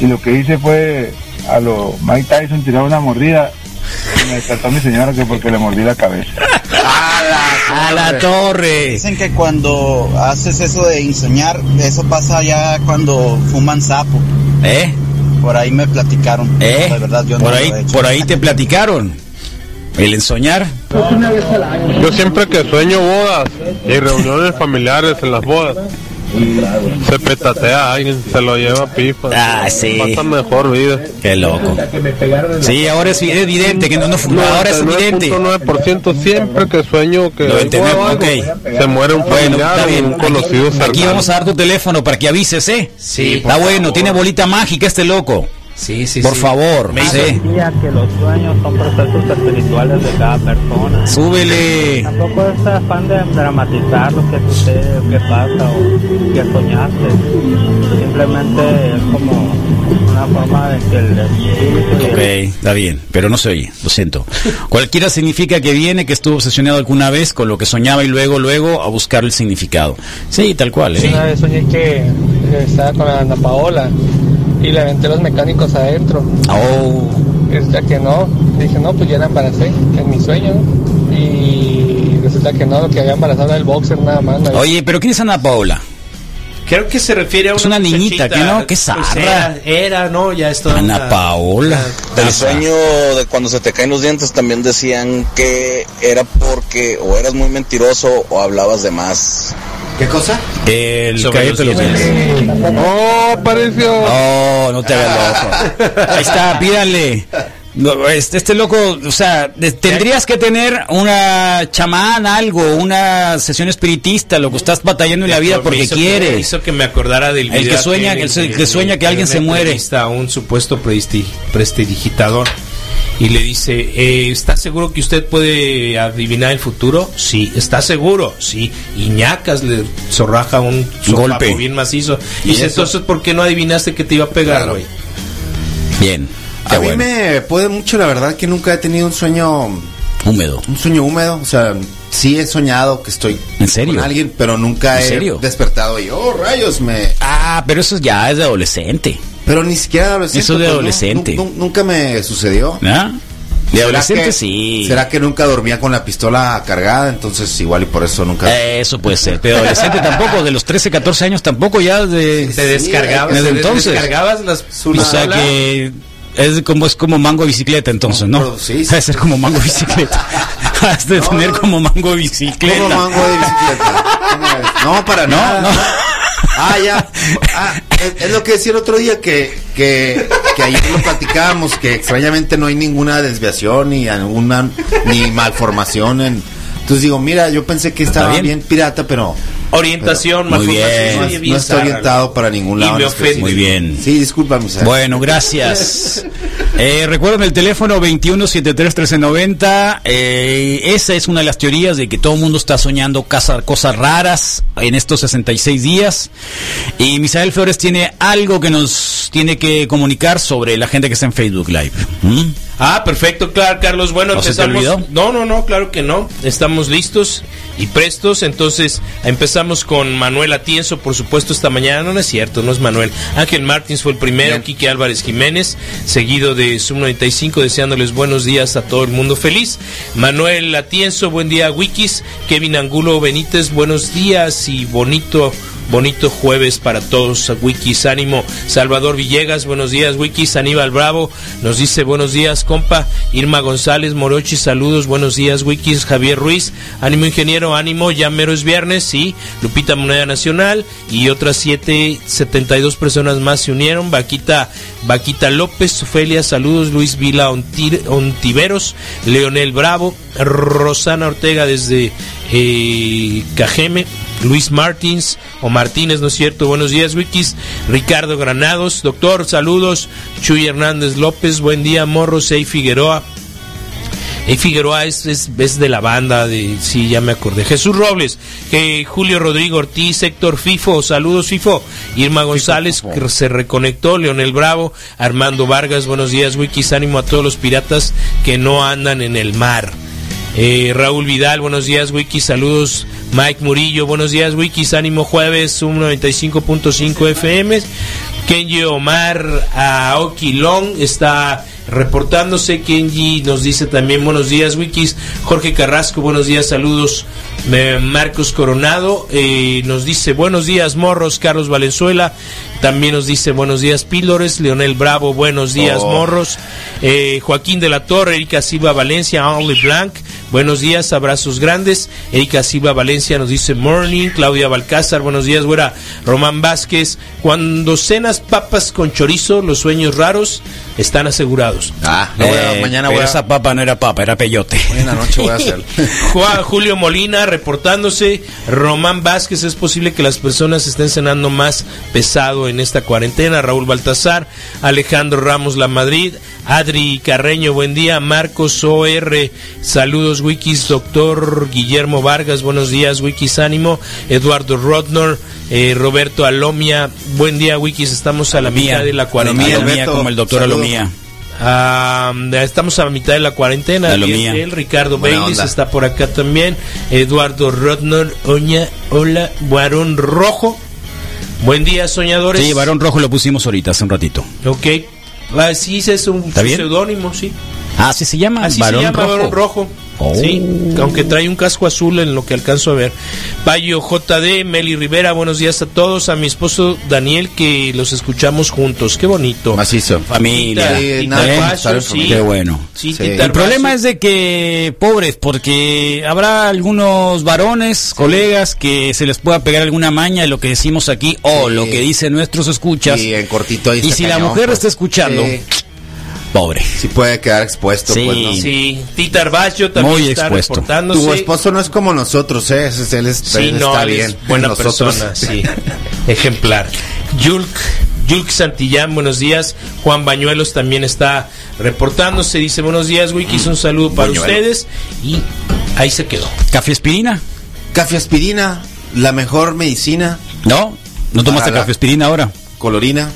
Speaker 12: Y lo que hice fue a lo Mike Tyson tirar una mordida. y Me despertó mi señora que porque le mordí la cabeza.
Speaker 3: A la torre.
Speaker 13: Dicen que cuando haces eso de ensoñar, eso pasa ya cuando fuman sapo.
Speaker 3: ¿Eh?
Speaker 13: Por ahí me platicaron.
Speaker 3: ¿Eh?
Speaker 13: La verdad, yo
Speaker 3: por
Speaker 13: no
Speaker 3: ahí,
Speaker 13: lo he hecho.
Speaker 3: por ahí te platicaron. El ensoñar.
Speaker 14: Yo siempre que sueño bodas y reuniones familiares en las bodas, se petatea a alguien, se lo lleva pipa.
Speaker 3: Ah, sí.
Speaker 14: Pasa mejor vida.
Speaker 3: Qué loco. Sí, ahora es evidente que no, no fumaba, ahora es evidente.
Speaker 14: 99.9% siempre que sueño que
Speaker 3: Lo
Speaker 14: hay
Speaker 3: entendemos,
Speaker 14: boda,
Speaker 3: ok.
Speaker 14: se muere un
Speaker 3: Bueno,
Speaker 14: familiar
Speaker 3: está
Speaker 14: o
Speaker 3: bien.
Speaker 14: un conocido
Speaker 3: Aquí, aquí
Speaker 14: cercano.
Speaker 3: vamos a dar tu teléfono para que avises, ¿eh? Sí. Está bueno, tiene bolita mágica este loco.
Speaker 4: Sí, sí,
Speaker 3: Por
Speaker 4: sí.
Speaker 3: favor,
Speaker 4: Me
Speaker 3: sí.
Speaker 15: que los sueños son procesos espirituales de cada persona.
Speaker 3: Súbele.
Speaker 15: Tampoco es afán de dramatizar lo que sucede, o qué pasa o qué soñaste. Simplemente es como una forma de que el espíritu
Speaker 3: Ok, está bien, pero no se oye, lo siento. Cualquiera significa que viene, que estuvo obsesionado alguna vez con lo que soñaba y luego, luego a buscar el significado. Sí, tal cual, ¿eh?
Speaker 16: Una vez soñé que estaba con Ana Paola y le aventé los mecánicos adentro.
Speaker 3: Oh.
Speaker 16: Resulta que no, dije no, pues ya la embaracé en mi sueño. ¿no? Y resulta que no, lo que había embarazado era el boxer nada más. no había-
Speaker 3: Oye, pero ¿quién es Ana Paola?
Speaker 4: Creo que se refiere a una,
Speaker 3: Es una niñita,
Speaker 4: muchachita,
Speaker 3: que no, que zarra.
Speaker 4: pues era, era, no, ya esto.
Speaker 3: Ana Paola.
Speaker 8: El sueño de cuando se te caen los dientes también decían que era porque o eras muy mentiroso o hablabas de más.
Speaker 5: ¿Qué cosa?
Speaker 3: El
Speaker 8: Sobre
Speaker 3: cállate
Speaker 8: los
Speaker 3: los dientes.
Speaker 14: Oh, pareció.
Speaker 3: No, no te hagas loco. Ahí está, pídale. No, este, este loco, o sea, de- tendrías que tener una chamán, algo, una sesión espiritista, lo que estás batallando en la vida porque
Speaker 4: hizo que-
Speaker 3: quieres.
Speaker 4: hizo que me acordara del
Speaker 3: El que sueña- el se- que sueña que alguien se muere.
Speaker 4: Está un supuesto presti- prestidigitador y le dice, eh, ¿está seguro que usted puede adivinar el futuro? Sí, ¿está seguro? Sí. Iñacas le zorraja un sopapo
Speaker 3: Golpe.
Speaker 4: bien macizo.
Speaker 3: ¿Y
Speaker 4: Y dice,
Speaker 3: eso?
Speaker 4: entonces, ¿por qué no adivinaste que te iba a pegar, güey?
Speaker 3: Bien.
Speaker 5: A mí me puede mucho, la verdad, que nunca he tenido un sueño.
Speaker 3: Húmedo.
Speaker 5: Un sueño húmedo. O sea, sí he soñado que estoy
Speaker 3: ¿En serio?
Speaker 5: con alguien, pero nunca
Speaker 3: ¿En
Speaker 5: he
Speaker 3: serio?
Speaker 5: despertado y, oh, rayos, me.
Speaker 3: Ah, pero eso ya es de adolescente.
Speaker 5: Pero ni siquiera de adolescente.
Speaker 3: Eso de
Speaker 5: pues, no,
Speaker 3: adolescente.
Speaker 5: nu- nu- nunca me sucedió.
Speaker 3: ¿Ah? De
Speaker 5: ¿Será
Speaker 3: adolescente
Speaker 5: que-
Speaker 3: sí.
Speaker 5: ¿Será que nunca dormía con la pistola cargada? Entonces, igual y por eso nunca.
Speaker 3: Eh, Eso puede ser. De adolescente tampoco, de los 13, 14 años tampoco, ya de.
Speaker 4: Te descargabas,
Speaker 3: Desde
Speaker 4: te
Speaker 3: entonces.
Speaker 4: descargabas las
Speaker 3: O sea que es como es como mango bicicleta entonces, ¿no?
Speaker 5: Sí,
Speaker 3: Has de ser como mango bicicleta. Has de tener como mango bicicleta.
Speaker 5: Como mango de bicicleta. ¿Cómo es? No, para
Speaker 3: No,
Speaker 5: nada.
Speaker 3: no.
Speaker 5: Ah, ya. Ah, es, es lo que decía el otro día que, que, que ayer lo platicábamos, que extrañamente no hay ninguna desviación ni alguna ni malformación en. Entonces digo, mira, yo pensé que estaba bien?
Speaker 4: bien.
Speaker 5: pirata, pero
Speaker 4: Orientación,
Speaker 5: pero-
Speaker 4: malformación,
Speaker 5: no,
Speaker 4: oye, bien
Speaker 5: no está
Speaker 4: zarra,
Speaker 5: orientado para ningún
Speaker 4: Y
Speaker 5: lado.
Speaker 4: me
Speaker 5: en específico.
Speaker 4: ofende. Muy
Speaker 3: bien.
Speaker 5: Sí, disculpa, mis
Speaker 3: Bueno, gracias. Eh, recuerden el teléfono 2173-1390. Eh, esa es una de las teorías de que todo el mundo está soñando casa- cosas raras en estos 66 días. Y Misael Flores tiene algo que nos tiene que comunicar sobre la gente que está en Facebook Live. ¿Mm?
Speaker 4: Ah, perfecto, claro, Carlos. Bueno,
Speaker 3: ¿No se te
Speaker 4: empezamos.
Speaker 3: olvidó?
Speaker 4: No, no, no, claro que no. Estamos listos y prestos. Entonces, empezamos con Manuel Atienzo, por supuesto, esta mañana. No, no es cierto, no es Manuel. Ángel Martins fue el primero, Quique Álvarez Jiménez, seguido de Sum 95, deseándoles buenos días a todo el mundo feliz. Manuel Atienzo, buen día, Wikis. Kevin Angulo Benítez, buenos días y bonito. Bonito jueves para todos, Wikis, ánimo. Salvador Villegas, buenos días, Wikis. Aníbal Bravo nos dice buenos días, compa. Irma González Morochi, saludos, buenos días, Wikis. Javier Ruiz, ánimo ingeniero, ánimo, ya mero es viernes, sí. Lupita Moneda Nacional y otras 772 personas más se unieron. Vaquita, Vaquita López, Ofelia, saludos, Luis Vila Ontir- Ontiveros, Leonel Bravo, Rosana Ortega desde eh, Cajeme. Luis Martins o Martínez, ¿no es cierto? Buenos días, Wikis. Ricardo Granados, doctor, saludos. Chuy Hernández López, buen día, Morro, Sey Figueroa. Y Figueroa es, es, es de la banda, de, sí, ya me acordé. Jesús Robles, eh, Julio Rodrigo Ortiz, Héctor Fifo, saludos Fifo. Irma González que se reconectó, Leonel Bravo, Armando Vargas, buenos días, Wikis, ánimo a todos los piratas que no andan en el mar. Eh, Raúl Vidal, buenos días, Wikis, saludos. Mike Murillo, buenos días, Wikis, ánimo jueves, un 95.5 FM. Kenji Omar Aoki Long está reportándose. Kenji nos dice también buenos días, Wikis. Jorge Carrasco, buenos días, saludos. Eh, Marcos Coronado eh, nos dice buenos días, Morros. Carlos Valenzuela también nos dice buenos días, Pílores. Leonel Bravo, buenos días,
Speaker 17: Oh.
Speaker 4: Morros. Eh, Joaquín de la Torre, Erika Silva Valencia, Only Blanc. Buenos días, abrazos grandes. Erika Silva Valencia nos dice morning. Claudia Balcázar, buenos días, güera. Román Vázquez, cuando cenas papas con chorizo, los sueños raros están asegurados.
Speaker 5: Ah,
Speaker 3: no, Eh, mañana voy pero a- esa papa no era papa, era peyote.
Speaker 5: Buena noche voy a hacer.
Speaker 4: Juan Julio Molina reportándose. Román Vázquez, es posible que las personas estén cenando más pesado en esta cuarentena. Raúl Baltazar, Alejandro Ramos La Madrid, Adri Carreño, buen día. Marcos OR, saludos Wikis, doctor Guillermo Vargas, buenos días Wikis Ánimo, Eduardo Rodnor, eh, Roberto Alomia, buen día Wikis, estamos a la
Speaker 3: Alomía.
Speaker 4: mitad de la cuarentena.
Speaker 3: Alomía, Alomía, como el doctor
Speaker 4: Saludos.
Speaker 3: Alomía.
Speaker 4: Ah, estamos a la mitad de la cuarentena.
Speaker 3: De lo
Speaker 4: Ariel
Speaker 3: mía.
Speaker 4: Bell, Ricardo
Speaker 3: Buena
Speaker 4: Baylis
Speaker 3: onda.
Speaker 4: está por acá también. Eduardo Rodnor, Oña, hola, Barón Rojo. Buen día, soñadores.
Speaker 3: Sí, varón rojo lo pusimos ahorita, hace un ratito.
Speaker 4: Ok. Así es un
Speaker 3: ¿Está bien?
Speaker 4: seudónimo, sí.
Speaker 3: Ah, sí se llama.
Speaker 4: Así
Speaker 3: Varón
Speaker 4: se llama
Speaker 3: Rojo.
Speaker 4: Barón Rojo.
Speaker 3: Oh.
Speaker 4: Sí, aunque trae un casco azul en lo que alcanzo a ver. Payo JD, Meli Rivera, buenos días a todos. A mi esposo Daniel, que los escuchamos juntos. Qué bonito.
Speaker 5: Macizo.
Speaker 3: Familia.
Speaker 4: Sí,
Speaker 3: Eh,
Speaker 4: nada, sabe,
Speaker 3: sí.
Speaker 4: familia.
Speaker 3: Qué bueno.
Speaker 4: Sí,
Speaker 3: El
Speaker 4: Titarbazo.
Speaker 3: problema es de que pobres, porque habrá algunos varones, colegas, que se les pueda pegar alguna maña de lo que decimos aquí o lo que dicen nuestros escuchas.
Speaker 5: Y en cortito ahí
Speaker 3: Y
Speaker 5: está
Speaker 3: si la
Speaker 5: cañón,
Speaker 3: mujer
Speaker 5: pues.
Speaker 3: está escuchando,
Speaker 5: Sí.
Speaker 3: pobre.
Speaker 5: Sí puede quedar expuesto,
Speaker 3: Sí.
Speaker 5: pues, ¿no?
Speaker 4: Sí, Tita Arbacho también
Speaker 5: Muy
Speaker 4: está
Speaker 5: expuesto.
Speaker 4: reportándose.
Speaker 5: Tu esposo no es como nosotros, ¿eh? Ese es- Él, es-
Speaker 4: Sí,
Speaker 5: él
Speaker 4: no,
Speaker 5: está
Speaker 4: él es
Speaker 5: bien.
Speaker 4: buena
Speaker 5: Nosotros-
Speaker 4: persona, sí. Ejemplar. Yulk, Yulk Santillán, buenos días. Juan Bañuelos también está reportándose. Dice, buenos días, Wikis, un saludo para
Speaker 5: Bañuelos.
Speaker 4: ustedes. Y ahí se quedó.
Speaker 3: ¿Café aspirina?
Speaker 5: Café aspirina, la mejor medicina.
Speaker 3: ¿No? ¿No tomaste
Speaker 5: Para la-
Speaker 3: café aspirina ahora?
Speaker 5: Colorina.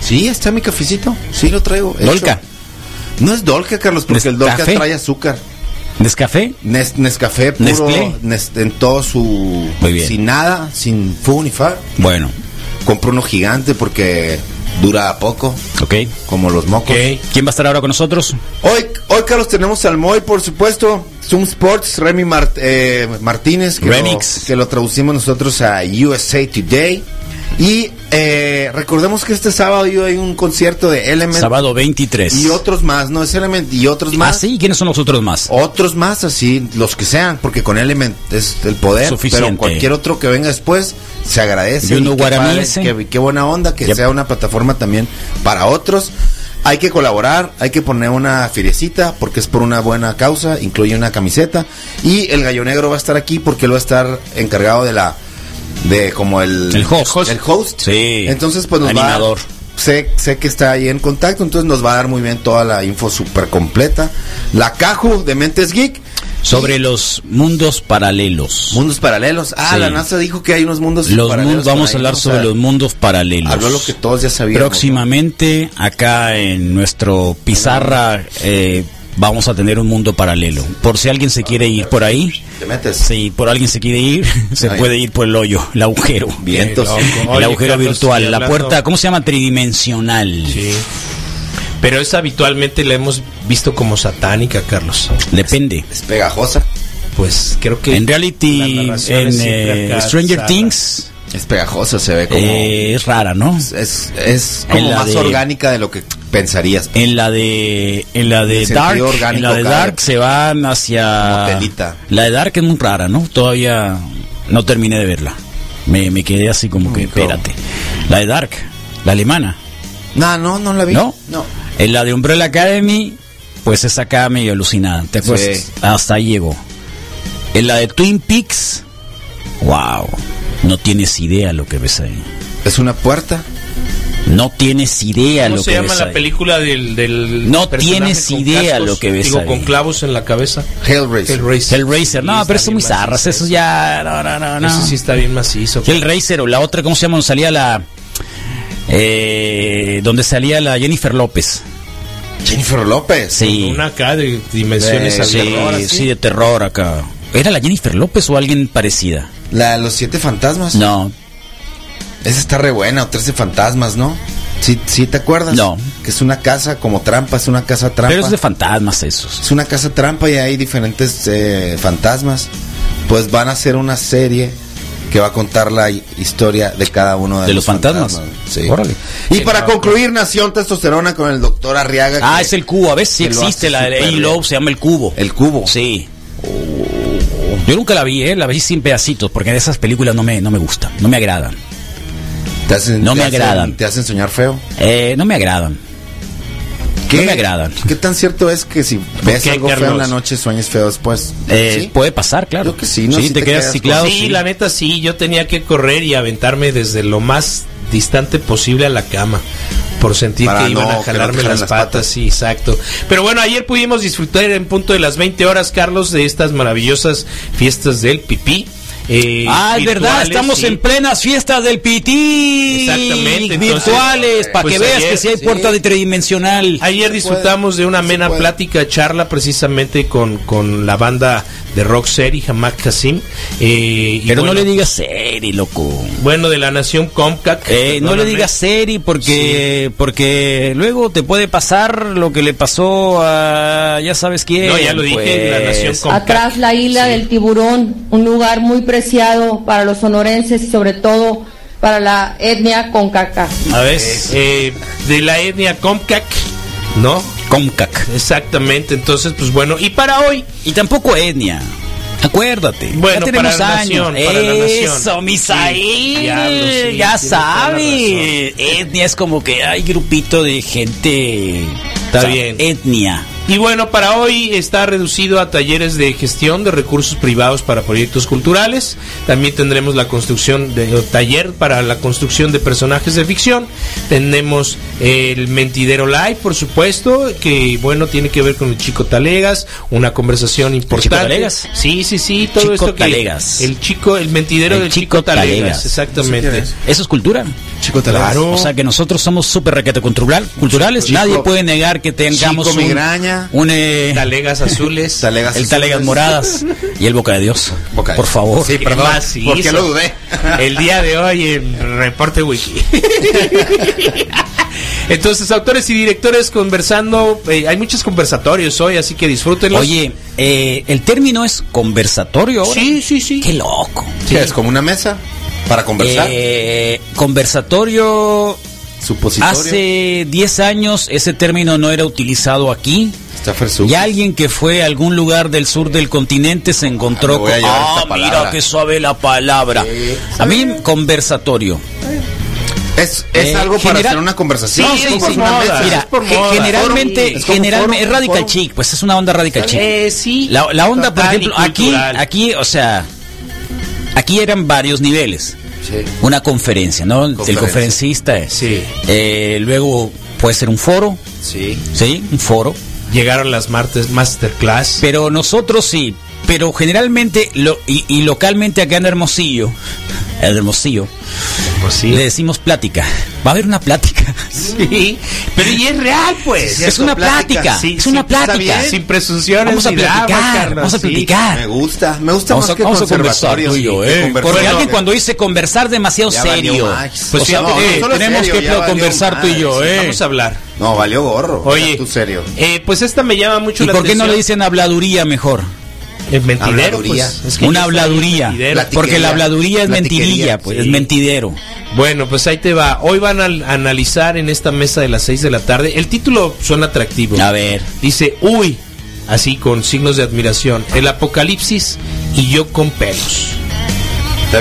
Speaker 5: Sí, está mi cafecito. Sí, lo traigo. hecho.
Speaker 3: Dolca.
Speaker 5: No es Dolca, Carlos, porque el Dolca
Speaker 3: Nescafé.
Speaker 5: trae azúcar.
Speaker 3: ¿Nescafé?
Speaker 5: Nes, Nescafé puro,
Speaker 3: Nestlé.
Speaker 5: nes- en todo su...
Speaker 3: Muy bien.
Speaker 5: Sin nada, sin fu ni fa.
Speaker 3: Bueno.
Speaker 5: Compro uno gigante porque dura poco.
Speaker 3: Ok.
Speaker 5: Como los mocos.
Speaker 3: ¿Quién va a estar ahora con nosotros?
Speaker 5: Hoy, hoy Carlos, tenemos al Moy, por supuesto. Zoom Sports, Remy Mar- eh, Martínez. Que
Speaker 3: Remix.
Speaker 5: Lo, que lo traducimos nosotros a USA Today. Y eh, recordemos que este sábado hay un concierto de Element.
Speaker 3: Sábado 23.
Speaker 5: Y otros más, no es Element y otros más. Oh,
Speaker 3: ¿Ah, sí? ¿Quiénes son los otros más?
Speaker 5: Otros más, así, los que sean, porque con Element es el poder.
Speaker 3: Suficiente.
Speaker 5: Pero cualquier otro que venga después se agradece.
Speaker 3: Yo no
Speaker 5: Y qué
Speaker 3: guaramí
Speaker 5: padre,
Speaker 3: ese.
Speaker 5: qué- qué buena onda, que sea una plataforma también para otros. Hay que colaborar, hay que poner una feriecita porque es por una buena causa, incluye una camiseta. Y el gallo negro va a estar aquí porque él va a estar encargado de la. de como el.
Speaker 3: El host.
Speaker 5: El host.
Speaker 3: Sí.
Speaker 5: Entonces, pues nos va a-
Speaker 3: Animador.
Speaker 5: Sé, sé que está ahí en contacto, entonces nos va a dar muy bien toda la info súper completa. La Caju de Mentes Geek.
Speaker 3: Sobre los mundos paralelos.
Speaker 5: Mundos paralelos. Ah,
Speaker 3: Sí.
Speaker 5: la NASA dijo que hay unos mundos
Speaker 3: Los
Speaker 5: paralelos.
Speaker 3: mundos, vamos a
Speaker 5: por ahí,
Speaker 3: hablar
Speaker 5: ¿no? O
Speaker 3: sobre
Speaker 5: sea,
Speaker 3: los mundos paralelos.
Speaker 5: Habló lo que todos ya sabíamos.
Speaker 3: Próximamente, acá en nuestro pizarra, eh, vamos a tener un mundo paralelo. Por si alguien se quiere ir por ahí.
Speaker 5: ¿Te metes?
Speaker 3: Si por alguien se quiere ir, se
Speaker 5: Ay.
Speaker 3: puede ir por el hoyo, el agujero.
Speaker 5: Vientos. Qué loco.
Speaker 3: El
Speaker 4: Oye,
Speaker 3: agujero
Speaker 4: Carlos, y
Speaker 3: virtual, la
Speaker 4: hablando-
Speaker 3: puerta, ¿cómo se llama? Tridimensional.
Speaker 4: Pero esa habitualmente la hemos visto como satánica, Carlos.
Speaker 3: Depende.
Speaker 5: Es pegajosa.
Speaker 4: Pues creo que...
Speaker 3: En reality,
Speaker 4: las narraciones
Speaker 3: en,
Speaker 4: siempre
Speaker 3: eh,
Speaker 4: acá
Speaker 3: Stranger
Speaker 4: sanas.
Speaker 3: Things,
Speaker 5: Es pegajosa, se ve como.
Speaker 3: eh, es rara, ¿no?
Speaker 5: es, es
Speaker 3: en
Speaker 5: como
Speaker 3: la
Speaker 5: más
Speaker 3: de-
Speaker 5: orgánica de lo que pensarías.
Speaker 3: En la de en la de
Speaker 5: En sentido
Speaker 3: Dark,
Speaker 5: orgánico,
Speaker 3: en la de
Speaker 5: cada-
Speaker 3: Dark se van hacia
Speaker 5: Como telita.
Speaker 3: La de Dark es muy rara, ¿no? Todavía no terminé de verla. Me, me quedé así como que, espérate. La de Dark, la alemana,
Speaker 5: No, no, no la vi.
Speaker 3: ¿no? En la de Umbrella Academy, pues es acá medio alucinada, ¿te acuerdas?
Speaker 5: Sí.
Speaker 3: Hasta ahí llegó. En la de Twin Peaks, wow, no tienes idea lo que ves ahí.
Speaker 5: Es una puerta.
Speaker 3: No tienes idea
Speaker 4: ¿Cómo
Speaker 3: lo
Speaker 4: se
Speaker 3: que
Speaker 4: llama
Speaker 3: ves
Speaker 4: la
Speaker 3: ahí.
Speaker 4: película del, del
Speaker 3: No
Speaker 4: personaje
Speaker 3: tienes
Speaker 4: con
Speaker 3: idea
Speaker 4: cascos?
Speaker 3: lo que ves
Speaker 4: Digo,
Speaker 3: ahí.
Speaker 4: con clavos en la cabeza.
Speaker 5: Hellraiser.
Speaker 4: Hellraiser.
Speaker 3: Hellraiser, no, pero eso es muy zarras, eso ya. No, no, no, no.
Speaker 4: Ese sí está bien macizo.
Speaker 3: Hellraiser o la otra, ¿cómo se llama? Donde salía la. eh, donde salía la Jennifer López.
Speaker 5: Jennifer López.
Speaker 3: Sí.
Speaker 4: Una acá de dimensiones
Speaker 3: Eh, sí,
Speaker 4: abiertas.
Speaker 3: sí, de terror acá. ¿Era la Jennifer López o alguien parecida?
Speaker 5: La de los siete fantasmas.
Speaker 3: No,
Speaker 5: Esa está re buena, o trece fantasmas, ¿no? ¿Sí, sí te acuerdas? No. Que es una casa como trampa, es una casa trampa.
Speaker 3: Pero es de fantasmas esos.
Speaker 5: Es una casa trampa y hay diferentes eh, fantasmas. Pues van a hacer una serie que va a contar la hi- historia de cada uno de,
Speaker 3: De los fantasmas.
Speaker 5: Sí.
Speaker 3: Órale.
Speaker 5: Y para concluir, Nación Testosterona con el doctor Arriaga.
Speaker 3: Ah,
Speaker 5: que-
Speaker 3: es el cubo. A veces sí
Speaker 5: que lo
Speaker 3: existe
Speaker 5: hace
Speaker 3: la de
Speaker 5: súper bien.
Speaker 3: A-Love, se llama el cubo.
Speaker 5: El cubo.
Speaker 3: Sí. Yo nunca la vi, ¿eh? La vi sin pedacitos, porque en esas películas no me, no me gustan, no me agradan.
Speaker 5: Te hacen-
Speaker 3: No
Speaker 5: te
Speaker 3: me
Speaker 5: hacen-
Speaker 3: agradan.
Speaker 5: ¿Te hacen soñar feo?
Speaker 3: Eh, no me agradan.
Speaker 5: ¿Qué?
Speaker 3: No me agradan.
Speaker 5: ¿Qué tan cierto es que si ves
Speaker 3: qué,
Speaker 5: algo
Speaker 3: Carlos?
Speaker 5: feo en la noche sueñas feo después?
Speaker 3: Eh, Puede pasar, claro.
Speaker 5: Creo que sí, ¿no?
Speaker 3: Sí,
Speaker 5: Si
Speaker 3: te quedas ciclado,
Speaker 5: con-
Speaker 4: Sí, la neta sí, yo tenía que correr y aventarme desde lo más distante posible a la cama por sentir
Speaker 5: Para
Speaker 4: que iban
Speaker 5: no- que
Speaker 4: a
Speaker 5: no te
Speaker 4: jalarme
Speaker 5: jalen
Speaker 4: las
Speaker 5: las
Speaker 4: patas. sí, exacto. Pero bueno, ayer pudimos disfrutar en punto de las 20 horas, Carlos, de estas maravillosas fiestas del pipí. eh,
Speaker 3: Ah, es
Speaker 4: virtuales,
Speaker 3: verdad, estamos
Speaker 4: sí.
Speaker 3: en plenas fiestas del pití.
Speaker 4: Exactamente, entonces,
Speaker 3: virtuales, para
Speaker 4: pues
Speaker 3: que veas
Speaker 4: ayer,
Speaker 3: que sí hay
Speaker 4: sí.
Speaker 3: puerta de tridimensional.
Speaker 4: Ayer disfrutamos de una amena plática, charla precisamente con, con la banda de rock serie, Hamak Kasim. eh, y
Speaker 3: Pero no
Speaker 4: bueno,
Speaker 3: le digas serie, loco.
Speaker 4: Bueno, de la nación Comcac.
Speaker 3: Eh, no le
Speaker 4: perdóname.
Speaker 3: digas serie porque porque luego te puede pasar lo que le pasó a ya sabes quién. pues.
Speaker 4: No, ya lo dije, la nación Comcac.
Speaker 17: Atrás la isla del tiburón, un lugar muy preciado para los sonorenses y sobre todo para la etnia concaca.
Speaker 4: A ver, eh, de la etnia Comcac, ¿no?
Speaker 3: Comcac.
Speaker 4: Exactamente, entonces, pues bueno, y para hoy.
Speaker 3: Y tampoco etnia. Acuérdate. ya
Speaker 4: Bueno, para
Speaker 3: tenemos
Speaker 4: la
Speaker 3: años.
Speaker 4: nación, para la nación.
Speaker 3: Eso, Misael.
Speaker 4: Sí, diablo, sí,
Speaker 3: ya
Speaker 4: tienes toda la
Speaker 3: sabes. Etnia es como que hay grupito de gente.
Speaker 4: Está bien.
Speaker 3: Etnia.
Speaker 4: Y bueno, para hoy está reducido a talleres de gestión de recursos privados para proyectos culturales. También tendremos la construcción de o taller para la construcción de personajes de ficción. Tenemos el Mentidero Live, por supuesto, que bueno, tiene que ver con el Chico Talegas, una conversación importante.
Speaker 3: Talegas?
Speaker 4: Sí, sí, sí, todo
Speaker 3: Chico
Speaker 4: esto que
Speaker 3: Talegas.
Speaker 4: el chico, el mentidero
Speaker 3: El
Speaker 4: del Chico, Talegas, exactamente.
Speaker 3: Eso es cultura.
Speaker 5: Chico
Speaker 4: Talegas. Claro.
Speaker 3: O sea que nosotros somos súper requete cultural, culturales.
Speaker 4: Chico-
Speaker 3: Nadie puede negar que tengamos
Speaker 5: Chico
Speaker 3: un,
Speaker 5: Migraña.
Speaker 3: un, eh,
Speaker 4: Talegas azules,
Speaker 5: Talegas
Speaker 3: el
Speaker 5: azules.
Speaker 3: talegas moradas y el boca de Dios. Por favor.
Speaker 5: Sí, perdón.
Speaker 4: más
Speaker 5: ¿Por qué
Speaker 4: hizo?
Speaker 5: lo dudé?
Speaker 4: El día de hoy en Reporte Wiki. Entonces, autores y directores conversando. eh, hay muchos conversatorios hoy, así que disfrútenlos.
Speaker 3: Oye, eh, el término es conversatorio. ahora?
Speaker 4: Sí, sí, sí.
Speaker 3: Qué loco.
Speaker 5: ¿Qué es como una mesa para conversar.
Speaker 3: Eh, conversatorio.
Speaker 5: Supositorio.
Speaker 3: Hace 10 años ese término no era utilizado aquí.
Speaker 5: Está fresú.
Speaker 3: Y alguien que fue a algún lugar del sur del continente se encontró
Speaker 5: me voy
Speaker 3: con.
Speaker 5: a llevar
Speaker 3: Ah,
Speaker 5: esta
Speaker 3: mira
Speaker 5: palabra".
Speaker 3: qué suave la palabra. A mí, conversatorio.
Speaker 5: Es, es
Speaker 3: Eh,
Speaker 5: algo para
Speaker 3: general-
Speaker 5: hacer una conversación.
Speaker 3: Sí,
Speaker 5: es
Speaker 3: sí,
Speaker 5: como
Speaker 3: sí.
Speaker 5: una mesa.
Speaker 3: Mira,
Speaker 5: Es por
Speaker 3: ge-
Speaker 5: moda.
Speaker 3: generalmente,
Speaker 5: Es como
Speaker 3: generalmente
Speaker 5: forum,
Speaker 3: es radical
Speaker 5: forum.
Speaker 3: chic, pues es una onda radical chic.
Speaker 4: Eh, sí.
Speaker 3: La, la onda, por
Speaker 4: Total y
Speaker 3: ejemplo, aquí,
Speaker 4: cultural.
Speaker 3: aquí, o sea, aquí eran varios niveles. Una conferencia, ¿no? El
Speaker 5: Conferencia.
Speaker 3: conferencista es. Eh, luego puede ser un foro,
Speaker 5: Sí.
Speaker 3: ¿sí? Un foro.
Speaker 4: Llegaron las martes masterclass.
Speaker 3: Pero nosotros sí, pero generalmente lo, y, y localmente acá en Hermosillo, en Hermosillo, le decimos plática. Va a haber una plática.
Speaker 4: Sí, pero y es real, pues.
Speaker 3: Es una plática, es una plática.
Speaker 4: Sin presunciones.
Speaker 3: Vamos a
Speaker 4: ni dramas,
Speaker 3: platicar,
Speaker 4: Carlos,
Speaker 3: vamos a
Speaker 4: sí.
Speaker 3: platicar.
Speaker 5: Me gusta, me gusta
Speaker 3: Vamos a,
Speaker 5: más que
Speaker 3: vamos a conversar
Speaker 5: conservatorios.
Speaker 3: tú y yo,
Speaker 5: que
Speaker 3: ¿eh?
Speaker 5: conversar.
Speaker 3: Porque alguien
Speaker 5: Bueno,
Speaker 3: cuando dice conversar demasiado
Speaker 5: Ya valió
Speaker 3: serio,
Speaker 5: Max.
Speaker 3: pues
Speaker 5: O sea,
Speaker 3: ya-
Speaker 5: no,
Speaker 3: eh,
Speaker 5: solo
Speaker 3: tenemos
Speaker 5: serio,
Speaker 3: que
Speaker 5: ya valió
Speaker 3: conversar tú y
Speaker 5: madre,
Speaker 3: yo,
Speaker 5: sí,
Speaker 3: ¿eh?
Speaker 4: Vamos a hablar.
Speaker 5: No, valió gorro.
Speaker 4: Oye.
Speaker 5: Oye. Tú serio.
Speaker 4: Eh, pues esta me llama mucho
Speaker 3: ¿Y
Speaker 4: la
Speaker 3: por qué no
Speaker 4: atención.
Speaker 3: le dicen habladuría mejor?
Speaker 4: El mentidero,
Speaker 5: Habladuría.
Speaker 4: pues, es que
Speaker 3: Una
Speaker 4: yo soy
Speaker 3: habladuría.
Speaker 4: mentidero.
Speaker 3: Porque la habladuría es mentirilla, pues, es mentidero.
Speaker 4: Bueno, pues ahí te va. Hoy van a a analizar en esta mesa de las 6 de la tarde. El título suena atractivo.
Speaker 3: A ver.
Speaker 4: Dice, uy, así con signos de admiración. El apocalipsis y yo con pelos.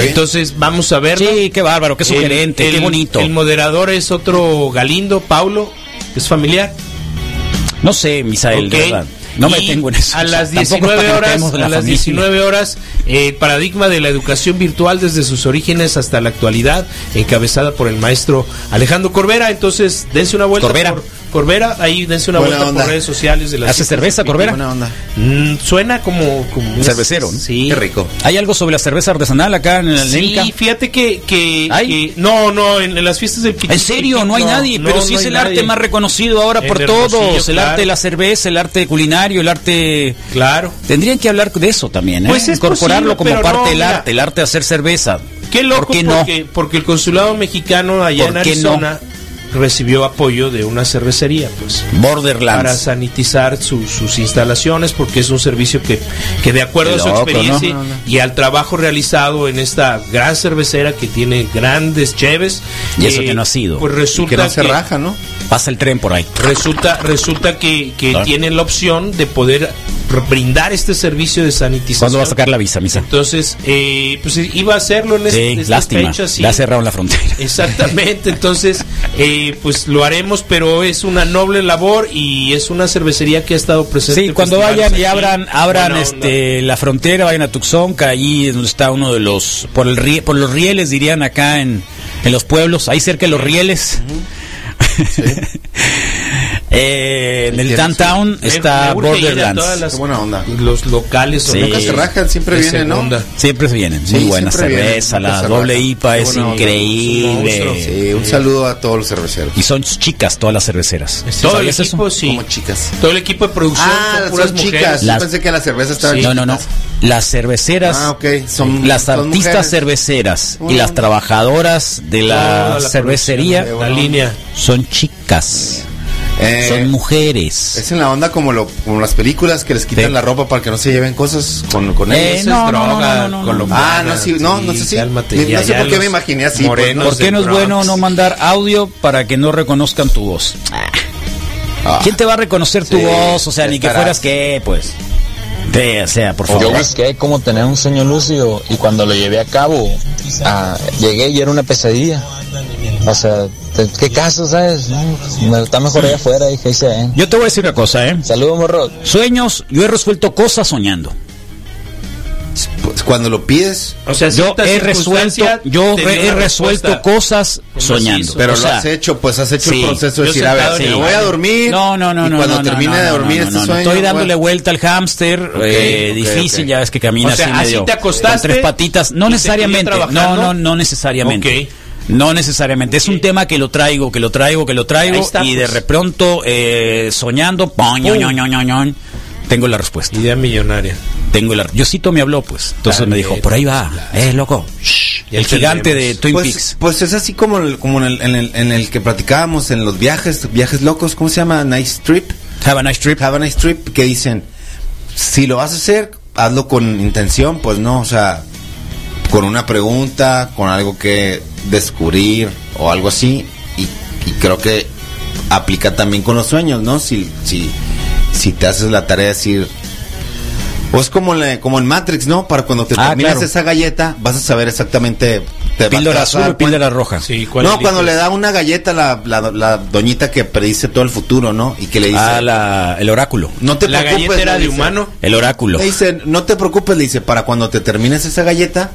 Speaker 4: Entonces vamos a verlo.
Speaker 3: Sí, qué bárbaro, qué
Speaker 4: El-
Speaker 3: sugerente,
Speaker 4: el-
Speaker 3: qué bonito.
Speaker 4: El moderador es otro Galindo, Paulo, que es familiar.
Speaker 3: No sé, Misael, de
Speaker 4: Ok.
Speaker 3: verdad. No me
Speaker 4: Y
Speaker 3: tengo en eso.
Speaker 4: A
Speaker 3: O sea,
Speaker 4: las
Speaker 3: tampoco
Speaker 4: 19 horas,
Speaker 3: tratemos de la
Speaker 4: a las
Speaker 3: familia.
Speaker 4: 19 horas, eh, el paradigma de la educación virtual desde sus orígenes hasta la actualidad, encabezada por el maestro Alejandro Corbera. Entonces, dense una vuelta.
Speaker 3: Corbera.
Speaker 4: Por, Corbera, ahí dense una
Speaker 5: Buena
Speaker 4: vuelta
Speaker 5: onda.
Speaker 4: por redes sociales. De las
Speaker 3: ¿Hace cerveza, Corbera?
Speaker 5: Buena onda.
Speaker 4: Mm, suena como, como
Speaker 3: Cervecero, ¿no?
Speaker 4: Sí.
Speaker 5: Qué rico.
Speaker 3: ¿Hay algo sobre la cerveza artesanal acá en el
Speaker 4: Sí,
Speaker 3: Lenca?
Speaker 4: fíjate que, que,
Speaker 3: ¿Ay?
Speaker 4: que- no, no, en, en las fiestas del Piqui-
Speaker 3: En serio, no hay nadie,
Speaker 4: no,
Speaker 3: pero
Speaker 4: no
Speaker 3: sí es
Speaker 4: hay
Speaker 3: el
Speaker 4: nadie.
Speaker 3: arte más reconocido ahora
Speaker 4: El
Speaker 3: por
Speaker 4: de
Speaker 3: todos.
Speaker 4: Hermosillo,
Speaker 3: El arte de
Speaker 4: claro.
Speaker 3: la cerveza, el arte culinario, el arte...
Speaker 4: Claro.
Speaker 3: Tendrían que hablar de eso también, ¿eh?
Speaker 4: Pues es
Speaker 3: incorporarlo
Speaker 4: posible,
Speaker 3: como
Speaker 4: pero
Speaker 3: parte
Speaker 4: no,
Speaker 3: del
Speaker 4: mira.
Speaker 3: arte, el arte de hacer cerveza.
Speaker 4: Qué loco
Speaker 3: ¿Por qué no?
Speaker 4: porque, porque el consulado mexicano allá en
Speaker 3: ¿Por qué no?
Speaker 4: Arizona recibió apoyo de una cervecería, pues.
Speaker 3: Borderlands.
Speaker 4: Para sanitizar su- sus instalaciones, porque es un servicio que, que de acuerdo
Speaker 3: Qué
Speaker 4: a su
Speaker 3: loco,
Speaker 4: experiencia
Speaker 3: ¿no?
Speaker 4: y al trabajo realizado en esta gran cervecera que tiene grandes cheves.
Speaker 3: Y eso
Speaker 4: eh,
Speaker 3: que no ha sido.
Speaker 4: Pues resulta
Speaker 3: que no se raja,
Speaker 5: ¿no?
Speaker 3: Pasa el tren por ahí.
Speaker 4: Resulta, resulta que, que
Speaker 3: Claro.
Speaker 4: tienen la opción de poder brindar este servicio de sanitización.
Speaker 3: ¿Cuándo va a sacar la visa, misa?
Speaker 4: Entonces, eh, pues iba a hacerlo en, este-
Speaker 3: Sí,
Speaker 4: en estas
Speaker 3: lástima.
Speaker 4: fechas, sí.
Speaker 3: Ya cerraron la frontera.
Speaker 4: Exactamente, entonces, eh, pues lo haremos, pero es una noble labor y es una cervecería que ha estado presente.
Speaker 3: Sí,
Speaker 4: en
Speaker 3: cuando
Speaker 4: festivales
Speaker 3: vayan y
Speaker 4: Este aquí.
Speaker 3: abran, abran
Speaker 4: Buena onda.
Speaker 3: este la frontera, vayan a Tuxón, que ahí es donde está uno de los por el rie- por los rieles dirían acá en, en los pueblos, ahí cerca de los rieles. Eh, en el downtown
Speaker 4: Me-
Speaker 3: está
Speaker 4: me urge ir a todas
Speaker 3: Borderlands.
Speaker 4: las- Los locales
Speaker 3: Sí.
Speaker 4: donde- de segunda.
Speaker 3: Siempre vienen.
Speaker 5: Sí,
Speaker 3: Muy buena
Speaker 5: siempre vienen,
Speaker 3: cerveza,
Speaker 5: nunca
Speaker 3: la
Speaker 5: se
Speaker 3: doble
Speaker 5: rajan.
Speaker 3: IPA
Speaker 5: Qué
Speaker 3: es
Speaker 5: buena onda, es un
Speaker 3: increíble.
Speaker 5: monstruo. Sí, un saludo a todos los cerveceros.
Speaker 3: Y son chicas todas las cerveceras.
Speaker 4: Todo Este, el
Speaker 3: ¿Sabías eso?
Speaker 4: equipo, sí.
Speaker 5: chicas.
Speaker 4: Todo el equipo de producción
Speaker 5: Ah,
Speaker 4: son
Speaker 5: son
Speaker 4: puras
Speaker 5: chicas.
Speaker 4: mujeres.
Speaker 5: Yo pensé que la cerveza estaba
Speaker 3: Sí.
Speaker 5: en
Speaker 3: No, no, no. Las cerveceras,
Speaker 5: Ah, ok. Son-
Speaker 3: las
Speaker 5: son
Speaker 3: artistas
Speaker 5: mujeres.
Speaker 3: cerveceras y
Speaker 5: Bueno.
Speaker 3: las trabajadoras de la,
Speaker 5: Toda la
Speaker 3: cervecería
Speaker 5: producción, la línea.
Speaker 3: son chicas.
Speaker 5: Eh,
Speaker 3: son mujeres.
Speaker 5: Es en la onda como, lo, como las películas que les quitan la ropa para que no se lleven cosas con, con
Speaker 3: Eh,
Speaker 5: ellos.
Speaker 3: no, no, no, no, no, no.
Speaker 5: Ah, no, sí, no, no sé si.
Speaker 4: cálmate,
Speaker 5: ni-
Speaker 4: ya,
Speaker 5: no sé
Speaker 4: ya
Speaker 5: por qué
Speaker 4: los
Speaker 5: me imaginé así. pues,
Speaker 3: ¿Por qué no es bueno no mandar audio para que no reconozcan tu voz? Ah. ¿Quién te va a reconocer tu
Speaker 18: Sí,
Speaker 3: voz? O sea, ni que
Speaker 18: estarás.
Speaker 3: fueras que, pues. Te, o sea, por
Speaker 18: Yo
Speaker 3: favor.
Speaker 18: busqué cómo tener un sueño lúcido y cuando lo llevé a cabo, ah, llegué y era una pesadilla. O sea, te- ¿qué caso, sabes? No, me- está mejor allá afuera, dije, ahí se ven.
Speaker 3: Yo te voy a decir una cosa, ¿eh?
Speaker 18: Saludos, morro.
Speaker 3: Sueños, yo he resuelto cosas soñando.
Speaker 5: Pues, Cuando lo pides.
Speaker 4: O sea,
Speaker 3: Yo he resuelto, yo re- he resuelto cosas soñando.
Speaker 5: Pero
Speaker 3: O sea,
Speaker 5: lo has hecho, pues has hecho
Speaker 3: sí.
Speaker 5: el proceso de
Speaker 3: Yo
Speaker 5: decir, a ver,
Speaker 3: sentado en
Speaker 5: me
Speaker 3: el
Speaker 5: voy a
Speaker 3: baño.
Speaker 5: dormir.
Speaker 3: No, no, no,
Speaker 5: y
Speaker 3: no.
Speaker 5: cuando
Speaker 3: no, no,
Speaker 5: termine
Speaker 3: no,
Speaker 5: de
Speaker 3: no,
Speaker 5: dormir
Speaker 3: no,
Speaker 5: este
Speaker 3: no, no.
Speaker 5: sueño.
Speaker 3: Estoy dándole
Speaker 5: bueno.
Speaker 3: vuelta al hámster. eh,
Speaker 5: ok,
Speaker 3: difícil,
Speaker 5: ok.
Speaker 3: ya ves que camina
Speaker 4: O sea,
Speaker 3: así
Speaker 4: así
Speaker 3: medio.
Speaker 4: te acostaste
Speaker 3: Con tres patitas. No
Speaker 4: y
Speaker 3: necesariamente.
Speaker 4: seguías
Speaker 3: No, no,
Speaker 4: trabajando.
Speaker 3: no necesariamente. No necesariamente. Es un tema que lo traigo, que lo traigo, que lo traigo.
Speaker 4: Ahí está,
Speaker 3: y de
Speaker 4: pues.
Speaker 3: repronto, eh, soñando, pon, ñon, ñon, ñon, ñon, ñon, tengo la respuesta.
Speaker 4: Idea millonaria.
Speaker 3: Tengo la. Yosito me habló, pues. Entonces
Speaker 4: Dale,
Speaker 3: me dijo, por ahí va, eh, loco. Shh, el gigante de Twin
Speaker 5: pues,
Speaker 3: Peaks.
Speaker 5: Pues es así como, el- como en, el, en, el, en el que platicábamos en los viajes, viajes locos, ¿cómo se llama? Nice Trip.
Speaker 3: Have a nice trip.
Speaker 5: Have a nice trip, que dicen, si lo vas a hacer, hazlo con intención, pues no, o sea, con una pregunta, con algo que descubrir o algo así, y, y creo que aplica también con los sueños, ¿no? Si, si, si te haces la tarea de decir... O es como, le- como en Matrix, ¿no? Para cuando te
Speaker 3: Ah,
Speaker 5: terminas
Speaker 3: claro.
Speaker 5: esa galleta, vas a saber exactamente... te-
Speaker 3: Píldora
Speaker 5: te vas a
Speaker 3: azul
Speaker 5: dar
Speaker 3: o píldora roja. Sí,
Speaker 5: no, cuando le da una galleta la, la, la doñita que predice todo el futuro, ¿no? Y que le dice...
Speaker 3: Ah, la, el oráculo.
Speaker 5: No te
Speaker 4: La
Speaker 5: preocupes,
Speaker 4: galleta era
Speaker 5: le
Speaker 4: de
Speaker 5: pues, dice.
Speaker 4: humano.
Speaker 3: El oráculo.
Speaker 5: Le dice, no te preocupes, le dice, para cuando te termines esa galleta,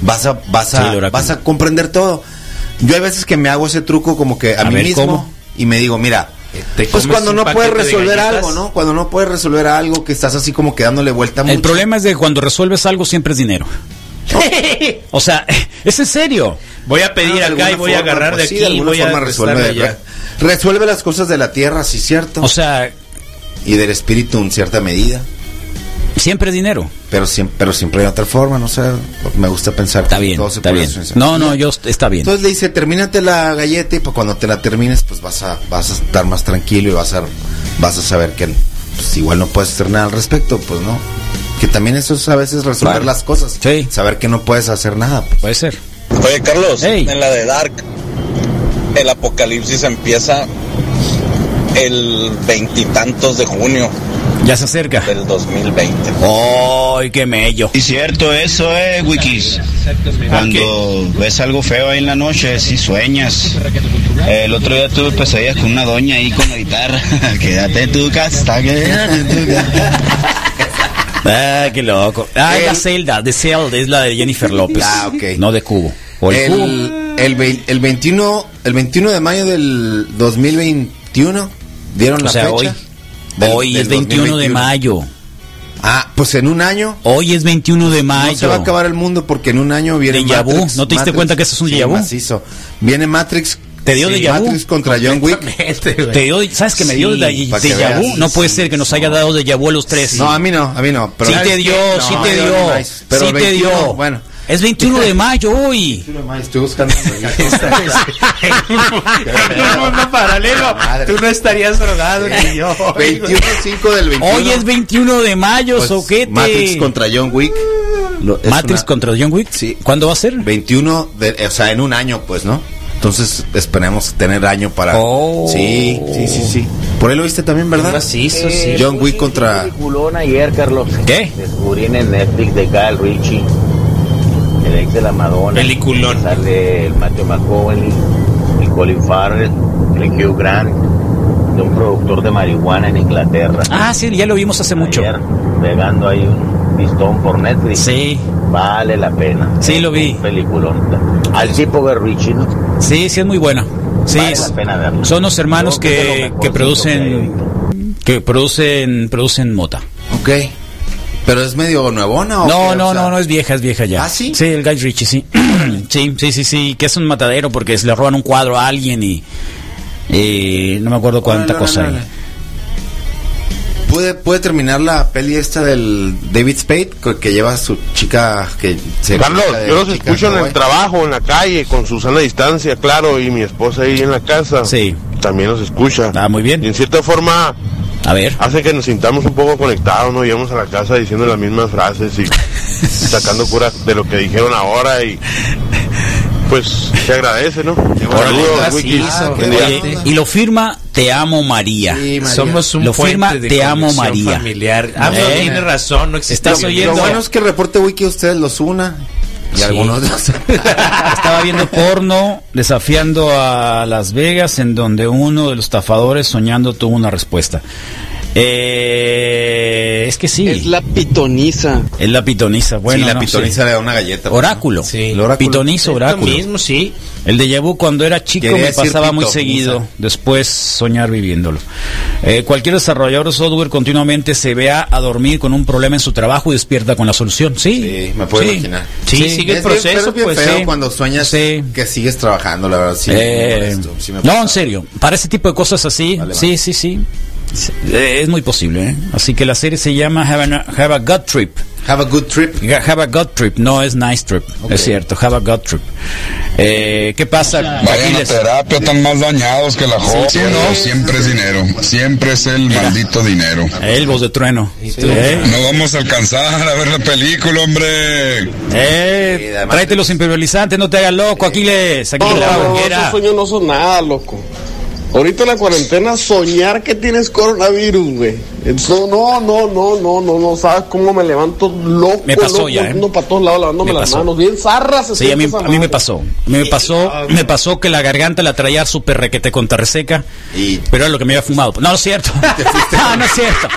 Speaker 5: vas a, vas
Speaker 3: Sí,
Speaker 5: a,
Speaker 3: el oráculo.
Speaker 5: vas a comprender todo. Yo hay veces que me hago ese truco como que a,
Speaker 3: A
Speaker 5: mí
Speaker 3: ver,
Speaker 5: mismo
Speaker 3: ¿cómo?
Speaker 5: y me digo, mira,
Speaker 3: te
Speaker 5: pues
Speaker 3: comes
Speaker 5: cuando
Speaker 3: un
Speaker 5: no puedes
Speaker 3: paquete de
Speaker 5: resolver
Speaker 3: galletas.
Speaker 5: algo, ¿no? Cuando no puedes resolver algo que estás así como que dándole vuelta mucho.
Speaker 3: El problema es de que cuando resuelves algo siempre es dinero. O sea, es en serio.
Speaker 4: Voy a pedir
Speaker 5: Ah, de
Speaker 4: acá y
Speaker 5: alguna
Speaker 4: voy a
Speaker 5: forma,
Speaker 4: agarrar de
Speaker 5: pues sí,
Speaker 4: aquí
Speaker 5: de
Speaker 4: y
Speaker 5: alguna
Speaker 4: voy a
Speaker 5: forma
Speaker 4: prestarle
Speaker 5: resuelve,
Speaker 4: allá.
Speaker 5: re- resuelve las cosas de la tierra, sí, cierto.
Speaker 3: O sea,
Speaker 5: y del espíritu en cierta medida.
Speaker 3: siempre es dinero.
Speaker 5: Pero siempre, pero siempre hay otra forma, no sé. Me gusta pensar. Está bien,
Speaker 3: Está bien. No, no, yo está bien.
Speaker 5: Entonces le dice, termínate la galleta y pues cuando te la termines, pues vas a, vas a estar más tranquilo y vas a, vas a saber que pues, igual no puedes hacer nada al respecto, pues no. Que también eso es a veces resolver
Speaker 8: Claro.
Speaker 5: las cosas. Saber que no puedes hacer nada.
Speaker 3: Puede ser.
Speaker 8: Oye, Carlos, en la de Dark, el apocalipsis empieza el veintitantos de junio.
Speaker 3: Ya se acerca.
Speaker 8: Del 2020.
Speaker 3: ¡Ay, qué mello!
Speaker 19: Y cierto, eso es, Wikis. Cuando ves algo feo ahí en la noche, si sueñas. El otro día tuve pesadillas con una doña ahí con la guitarra. quédate en tu casa, quédate en tu casa.
Speaker 3: Ah, qué loco. Ah, es la celda, de Zelda, es la de Jennifer López.
Speaker 5: Ah, ok.
Speaker 3: No de cubo. O el, cubo.
Speaker 5: El, el, ve- el 21, el 21 de mayo del 2021 dieron
Speaker 3: O
Speaker 5: la
Speaker 3: sea,
Speaker 5: fecha.
Speaker 3: hoy.
Speaker 5: Del-
Speaker 3: hoy
Speaker 5: del
Speaker 3: es 21 de
Speaker 5: 2021.
Speaker 3: mayo.
Speaker 5: Ah, pues en un año.
Speaker 3: Hoy es 21 de
Speaker 5: No se va a
Speaker 3: mayo.
Speaker 5: acabar el mundo porque en un año viene
Speaker 3: Déjà vu.
Speaker 5: Matrix.
Speaker 3: ¿No te diste
Speaker 5: Matrix.
Speaker 3: cuenta que eso es un
Speaker 5: Sí,
Speaker 3: déjà vu?
Speaker 5: macizo. Viene Matrix.
Speaker 3: ¿Te dio
Speaker 5: de
Speaker 3: déjà vu?
Speaker 5: Matrix contra John Wick.
Speaker 3: Te dio- ¿Sabes que me dio
Speaker 5: Sí,
Speaker 3: de,
Speaker 5: pa' que
Speaker 3: déjà vu?
Speaker 5: veas.
Speaker 3: No puede ser que nos haya dado de vu a los tres.
Speaker 5: No, a mí no, a mí no. Pero
Speaker 3: sí te dio, sí te dio,
Speaker 5: Pero
Speaker 3: sí
Speaker 5: el
Speaker 3: te
Speaker 5: 21,
Speaker 3: dio.
Speaker 5: Bueno,
Speaker 3: Es 21 de mayo hoy.
Speaker 5: 21 de mayo, estoy buscando.
Speaker 4: En un mundo Ah, paralelo, tú no estarías drogado
Speaker 5: Eh,
Speaker 4: ni yo.
Speaker 5: 21 5 del 21.
Speaker 3: Hoy es 21 de mayo,
Speaker 5: Pues,
Speaker 3: soquete.
Speaker 5: Matrix contra John Wick. Lo- es
Speaker 3: Matrix contra John Wick.
Speaker 5: Sí.
Speaker 3: ¿Cuándo va a ser?
Speaker 5: 21, de, o sea, en un año, pues, ¿no? Entonces esperemos tener año para.
Speaker 3: Oh.
Speaker 5: Sí, sí, sí, sí. Por ahí lo viste también, ¿verdad?
Speaker 4: Macizo,
Speaker 5: sí. John Wick contra.
Speaker 20: Culón ayer, Carlos.
Speaker 3: ¿Qué?
Speaker 20: Descubrí en el Netflix de Gal Richie, el ex de la Madonna.
Speaker 4: Peliculón.
Speaker 20: Sale el Matthew McConaughey, el Colin Farrell, el Hugh Grant, de un productor de marihuana en Inglaterra.
Speaker 3: Ah, sí, ya lo vimos hace mucho.
Speaker 20: Pegando ahí un pistón por Netflix.
Speaker 3: Sí.
Speaker 20: Vale la pena.
Speaker 3: Sí, lo vi.
Speaker 20: Peliculón. Al tipo de Richie, ¿no?
Speaker 3: Sí, sí, es muy buena.
Speaker 20: pues
Speaker 3: Sí,
Speaker 20: Vale
Speaker 3: es-
Speaker 20: la pena verla.
Speaker 3: son los hermanos
Speaker 20: Yo creo que es lo
Speaker 3: que,
Speaker 20: mejor
Speaker 3: que
Speaker 20: que
Speaker 3: producen que producen producen mota.
Speaker 5: Ok. Pero es medio nuevona o.
Speaker 3: No,
Speaker 5: qué?
Speaker 3: no,
Speaker 5: O sea,
Speaker 3: no, no es vieja, es vieja ya.
Speaker 5: ¿Ah, sí?
Speaker 3: Sí, el Guy Ritchie, sí. sí, sí, sí, sí, que es un matadero porque se le roban un cuadro a alguien y eh, no me acuerdo cuánta
Speaker 5: Órale,
Speaker 3: cosa.
Speaker 5: órale, ¿Puede, puede terminar la peli esta del David Spade que, que lleva a su chica que se
Speaker 14: Carlos,
Speaker 5: de
Speaker 14: yo los
Speaker 5: chica
Speaker 14: escucho en
Speaker 5: Hawái?
Speaker 14: el trabajo, en la calle, con Susana a distancia, claro, y mi esposa ahí en la casa.
Speaker 3: Sí.
Speaker 14: También los escucha.
Speaker 3: Ah, muy bien.
Speaker 14: Y en cierta forma,
Speaker 3: A ver.
Speaker 9: Ah,
Speaker 14: hace que nos sintamos un poco conectados, ¿no? Llegamos a la casa diciendo las mismas frases y sacando cura de lo que dijeron ahora y. Pues se agradece, ¿no? Saludos, Wiki.
Speaker 5: Ah,
Speaker 14: Buen día.
Speaker 3: Oye, y lo firma Te amo María.
Speaker 4: Somos un
Speaker 3: lo firma
Speaker 4: puente de
Speaker 3: Te amo
Speaker 4: conexión
Speaker 3: María.
Speaker 4: familiar. Ah, no,
Speaker 3: Eh.
Speaker 4: tiene razón, no existe.
Speaker 3: Estás
Speaker 5: Lo-
Speaker 3: oyendo.
Speaker 5: Lo bueno es que el reporte wiki ustedes los una. Y
Speaker 3: Sí.
Speaker 5: algunos los-
Speaker 3: Estaba viendo porno desafiando a Las Vegas en donde uno de los estafadores soñando tuvo una respuesta. Eh, es que sí. Es la pitoniza. Es la pitoniza. Bueno,
Speaker 5: sí, la
Speaker 3: no,
Speaker 5: pitoniza
Speaker 3: sí.
Speaker 5: le da una galleta. pues,
Speaker 3: Oráculo.
Speaker 4: Sí.
Speaker 5: El oráculo.
Speaker 3: Pitonizo,
Speaker 4: Esto
Speaker 3: oráculo.
Speaker 4: mismo, sí.
Speaker 3: El de vu cuando era chico
Speaker 5: Quería
Speaker 3: me
Speaker 5: decir
Speaker 3: pasaba muy
Speaker 5: pitoniza.
Speaker 3: seguido, después soñar viviéndolo. Eh, cualquier desarrollador de software continuamente se vea a dormir con un problema en su trabajo y despierta con la solución. Sí,
Speaker 5: Sí, me puedo
Speaker 3: Sí.
Speaker 5: imaginar.
Speaker 3: Sí,
Speaker 5: Es
Speaker 3: sigue el
Speaker 5: bien- pero
Speaker 3: proceso,
Speaker 5: es bien
Speaker 3: pues,
Speaker 5: feo
Speaker 3: sí.
Speaker 5: cuando sueñas
Speaker 3: Sí.
Speaker 5: que sigues trabajando, la verdad. Sí,
Speaker 3: Eh,
Speaker 5: me molesto, sí me
Speaker 3: no,
Speaker 5: pasa.
Speaker 3: en serio, para ese tipo de cosas así, sí, sí, sí, Eh, es muy posible. ¿eh? Así que la serie se llama Have a, Have a Gut Trip.
Speaker 5: Have a good trip.
Speaker 3: Ya, Have a Gut Trip, no es Nice Trip, es cierto, Have a Gut Trip. Eh, ¿Qué pasa?
Speaker 21: Vayan a
Speaker 3: Aquiles?
Speaker 21: terapia, están más dañados que la joven. Siempre es dinero, siempre es el maldito dinero.
Speaker 3: El voz de trueno. Eh,
Speaker 21: No vamos a alcanzar a ver la película, hombre.
Speaker 3: eh, tráete los imperializantes, no te hagas loco, Aquiles. Aquiles la
Speaker 22: esos
Speaker 3: banquera.
Speaker 22: sueños no son nada, loco. Ahorita en la cuarentena, soñar que tienes coronavirus, güey. Eso, no, no, no, no, no, no sabes cómo me levanto loco.
Speaker 3: Me pasó
Speaker 22: loco,
Speaker 3: ya, ¿eh?
Speaker 22: No para todos lados, lavándome
Speaker 3: Me
Speaker 22: las
Speaker 3: pasó.
Speaker 22: manos. Bien zarras. se
Speaker 3: Sí, a mí,
Speaker 22: siente esa
Speaker 3: a mí me
Speaker 22: madre.
Speaker 3: pasó. A mí me pasó, me pasó que la garganta la traía súper requete contra reseca. Pero era lo que me había fumado. No, no es cierto. no, no es cierto.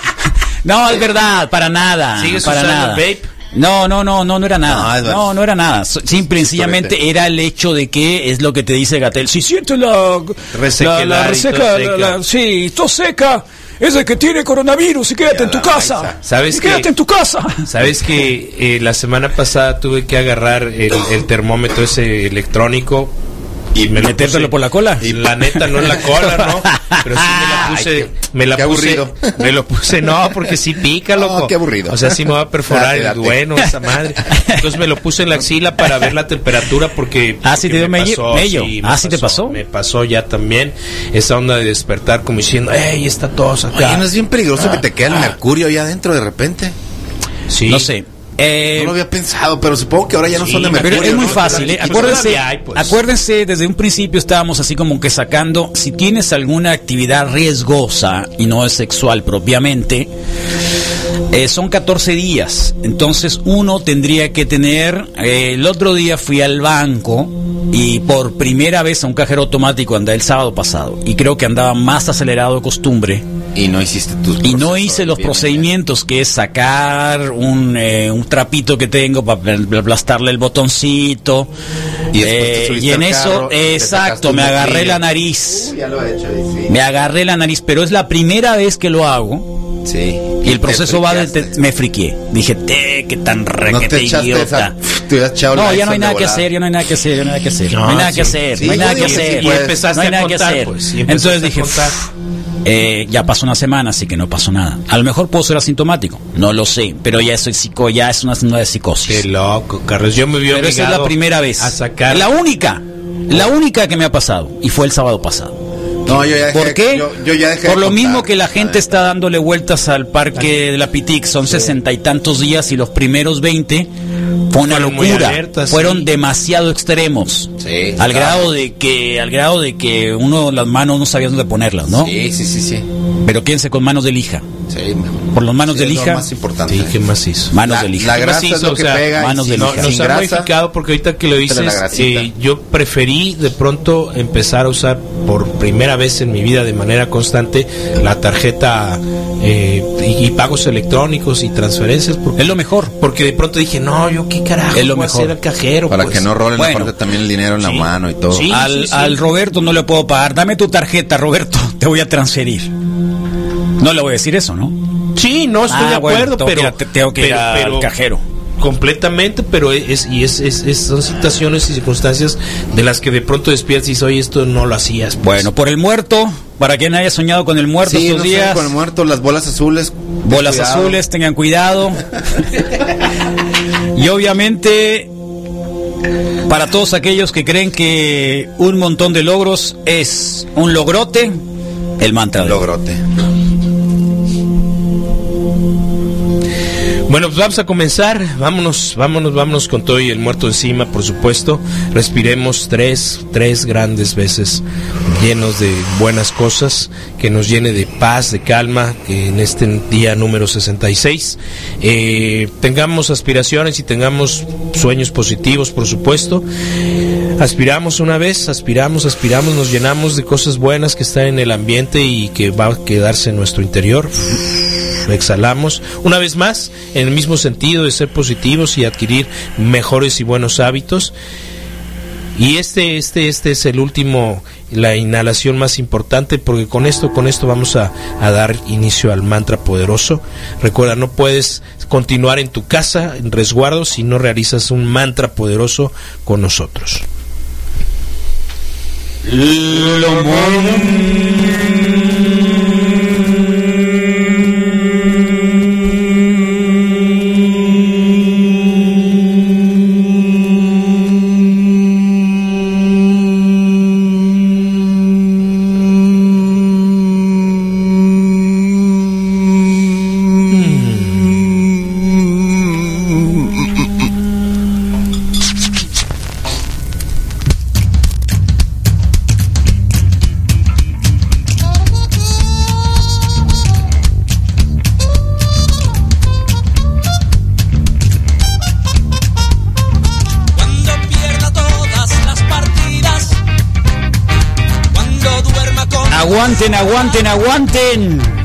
Speaker 3: No, es verdad, para nada.
Speaker 4: ¿Sigues
Speaker 3: para
Speaker 4: usando
Speaker 3: nada.
Speaker 4: vape?
Speaker 3: No, no, no, no, no era
Speaker 5: No,
Speaker 3: nada.
Speaker 5: es
Speaker 3: No,
Speaker 5: verdad.
Speaker 3: no, era nada. So- Simple y sencillamente era el hecho de que es lo que te dice Gatel. Si sientes la,
Speaker 4: Resequedad
Speaker 3: la, la
Speaker 4: y
Speaker 3: reseca,
Speaker 4: tos
Speaker 3: la,
Speaker 4: seca.
Speaker 3: la- sí, tos seca, es el que tiene coronavirus y quédate en tu casa.
Speaker 4: ¿Sabes
Speaker 3: Y quédate
Speaker 4: qué?
Speaker 3: en tu casa.
Speaker 4: Sabes que eh, la semana pasada tuve que agarrar el, el termómetro ese electrónico y me lo
Speaker 3: Metértelo
Speaker 4: puse-
Speaker 3: por la cola.
Speaker 4: Y la neta no en la cola, ¿no? Pero sí me la puse, me la
Speaker 5: qué
Speaker 4: puse,
Speaker 5: aburrido.
Speaker 4: me lo puse, no, porque sí pica, loco.
Speaker 5: qué aburrido.
Speaker 4: O sea, sí me va a perforar
Speaker 5: Date,
Speaker 4: el
Speaker 5: date.
Speaker 4: bueno, esa madre. Entonces me lo puse en la axila para ver la temperatura porque
Speaker 3: Ah, sí te
Speaker 4: porque
Speaker 3: dio
Speaker 4: me
Speaker 3: mello-
Speaker 4: pasó,
Speaker 3: mello.
Speaker 4: sí,
Speaker 3: Ah, sí te pasó.
Speaker 4: Me pasó ya también esa onda de despertar como diciendo, "Ey, está tos acá."
Speaker 5: Oye, no es bien peligroso que te quede el
Speaker 3: ah.
Speaker 5: mercurio ahí adentro de repente.
Speaker 4: Sí.
Speaker 3: No sé. Eh,
Speaker 5: No lo había pensado, pero supongo que ahora ya no
Speaker 4: Sí,
Speaker 5: son de
Speaker 4: pero
Speaker 5: mercurio.
Speaker 3: Pero es muy
Speaker 5: ¿no?
Speaker 3: fácil, ¿eh?
Speaker 4: Pues
Speaker 3: acuérdense,
Speaker 4: todavía hay, pues.
Speaker 3: acuérdense, desde un principio estábamos así como que sacando, si tienes alguna actividad riesgosa y no es sexual propiamente, eh, son 14 días, entonces uno tendría que tener, eh, el otro día fui al banco y por primera vez a un cajero automático andaba el sábado pasado y creo que andaba más acelerado de costumbre.
Speaker 5: Y no hiciste tus.
Speaker 3: Y no hice los procedimientos, que es sacar un, eh, un trapito que tengo para aplastarle el botoncito.
Speaker 5: Y después te
Speaker 3: Eh,
Speaker 5: subiste
Speaker 3: y en
Speaker 5: al
Speaker 3: eso,
Speaker 5: carro y te sacaste
Speaker 3: exacto,
Speaker 5: un
Speaker 3: me agarré
Speaker 5: moclillo.
Speaker 3: la nariz.
Speaker 5: Ya lo he hecho, sí.
Speaker 3: Me agarré la nariz, pero es la primera vez que lo hago.
Speaker 5: Sí.
Speaker 3: Y el proceso va de...
Speaker 5: friqueaste.
Speaker 3: te- me friqué. Dije, te, qué tan
Speaker 5: No te
Speaker 3: requete
Speaker 5: echaste
Speaker 3: idiota.
Speaker 5: esa. Te hubieras echado
Speaker 3: No,
Speaker 5: Lysol
Speaker 3: ya no hay
Speaker 5: de
Speaker 3: nada que
Speaker 5: volada.
Speaker 3: hacer, ya no hay nada que hacer, ya no hay nada que hacer. No,
Speaker 4: No,
Speaker 3: hay nada que
Speaker 4: sí,
Speaker 3: hacer,
Speaker 5: sí,
Speaker 3: no hay
Speaker 5: yo
Speaker 3: nada que
Speaker 5: digo que sí,
Speaker 3: hacer.
Speaker 5: pues.
Speaker 4: Y empezaste
Speaker 3: no hay
Speaker 4: a
Speaker 3: nada que
Speaker 4: contar,
Speaker 3: hacer.
Speaker 4: pues, y empezaste
Speaker 3: Entonces
Speaker 4: a
Speaker 3: dije,
Speaker 4: contar.
Speaker 3: "Pff, Eh, ya pasó una semana, así que no pasó nada. A lo mejor puedo ser asintomático, no lo sé, pero ya soy psico, ya es una nueva psicosis.
Speaker 4: Qué loco, Carlos. Yo me vi
Speaker 3: Pero esa es
Speaker 4: obligado
Speaker 3: la primera vez.
Speaker 4: a sacar- Oh.
Speaker 3: La única, la única que me ha pasado y fue el sábado pasado.
Speaker 5: No, yo ya dejé-
Speaker 3: ¿Por qué?
Speaker 5: yo- yo ya dejé
Speaker 3: Por
Speaker 5: de
Speaker 3: lo
Speaker 5: contar.
Speaker 3: mismo que la gente está dándole vueltas al parque de la Pitic, son sesenta y tantos días y los primeros 20 fue una
Speaker 4: Fueron muy
Speaker 3: locura.
Speaker 4: alertas,
Speaker 3: Fueron demasiado extremos. al grado de que al grado de que uno las manos no sabía dónde ponerlas, ¿no?
Speaker 5: Sí, sí, sí, sí.
Speaker 3: Pero quédense con manos de lija.
Speaker 5: Sí,
Speaker 3: Por las manos
Speaker 5: Sí,
Speaker 3: de
Speaker 5: es lo
Speaker 3: lija.
Speaker 5: más importante. Sí,
Speaker 4: ¿qué más hizo?
Speaker 3: Manos
Speaker 5: La-
Speaker 3: de lija.
Speaker 5: la grasa
Speaker 4: Sí,
Speaker 5: es lo
Speaker 4: o
Speaker 5: que
Speaker 4: sea,
Speaker 5: pega. y
Speaker 3: manos
Speaker 5: si
Speaker 3: de
Speaker 5: no-
Speaker 4: No,
Speaker 3: lija.
Speaker 5: sin
Speaker 4: nos ha
Speaker 5: grasa.
Speaker 4: modificado porque ahorita que lo
Speaker 5: Quítale la
Speaker 4: dices,
Speaker 5: grasita.
Speaker 4: eh, yo preferí de pronto empezar a usar por primera vez en mi vida de manera constante la tarjeta eh, y, y pagos electrónicos y transferencias. Porque,
Speaker 3: es lo mejor.
Speaker 4: Porque de pronto dije, no, yo qué carajo
Speaker 3: Es lo
Speaker 4: voy a
Speaker 3: mejor.
Speaker 4: hacer al cajero.
Speaker 5: Para
Speaker 4: pues?
Speaker 5: que no rolen
Speaker 3: Bueno.
Speaker 5: aparte también el dinero en la mano y todo.
Speaker 4: Sí,
Speaker 3: al,
Speaker 4: sí, sí.
Speaker 3: al Roberto no le puedo pagar. Dame tu tarjeta, Roberto. Te voy a transferir. No le voy a decir eso, ¿no?
Speaker 4: Sí, no estoy
Speaker 3: Ah,
Speaker 4: de
Speaker 3: bueno,
Speaker 4: acuerdo,
Speaker 3: tengo que
Speaker 4: pero
Speaker 3: ir a- te- tengo que ir
Speaker 4: pero-
Speaker 3: al
Speaker 4: pero-
Speaker 3: cajero.
Speaker 4: Completamente, pero es y es, es- es- son situaciones y circunstancias de las que de pronto despiertas y dices, oye, esto no lo hacías. pues".
Speaker 3: Bueno, por el muerto, para quien haya soñado con el muerto
Speaker 5: Sí,
Speaker 3: estos
Speaker 5: no sé,
Speaker 3: días,
Speaker 5: con el muerto, las bolas azules.
Speaker 3: bolas
Speaker 5: Cuidado.
Speaker 3: azules, tengan cuidado. y obviamente, para todos aquellos que creen que un montón de logros es un logrote, el mantra de
Speaker 5: Logrote.
Speaker 4: Bueno, pues vamos a comenzar. Vámonos, vámonos, vámonos con todo y el muerto encima, por supuesto. Respiremos tres, tres grandes veces llenos de buenas cosas, que nos llene de paz, de calma, que en este día número 66 eh, tengamos aspiraciones y tengamos sueños positivos, por supuesto. Aspiramos una vez, aspiramos, aspiramos, nos llenamos de cosas buenas que están en el ambiente y que va a quedarse en nuestro interior exhalamos. Una vez más, en el mismo sentido de ser positivos y adquirir mejores y buenos hábitos. Y este, este, este es el último, la inhalación más importante, porque con esto, con esto vamos a, a dar inicio al mantra poderoso. Recuerda, no puedes continuar en tu casa, en resguardo, si no realizas un mantra poderoso con nosotros.
Speaker 1: Cuando pierda todas las partidas. Cuando duerma con.
Speaker 3: Aguanten, aguanten, aguanten.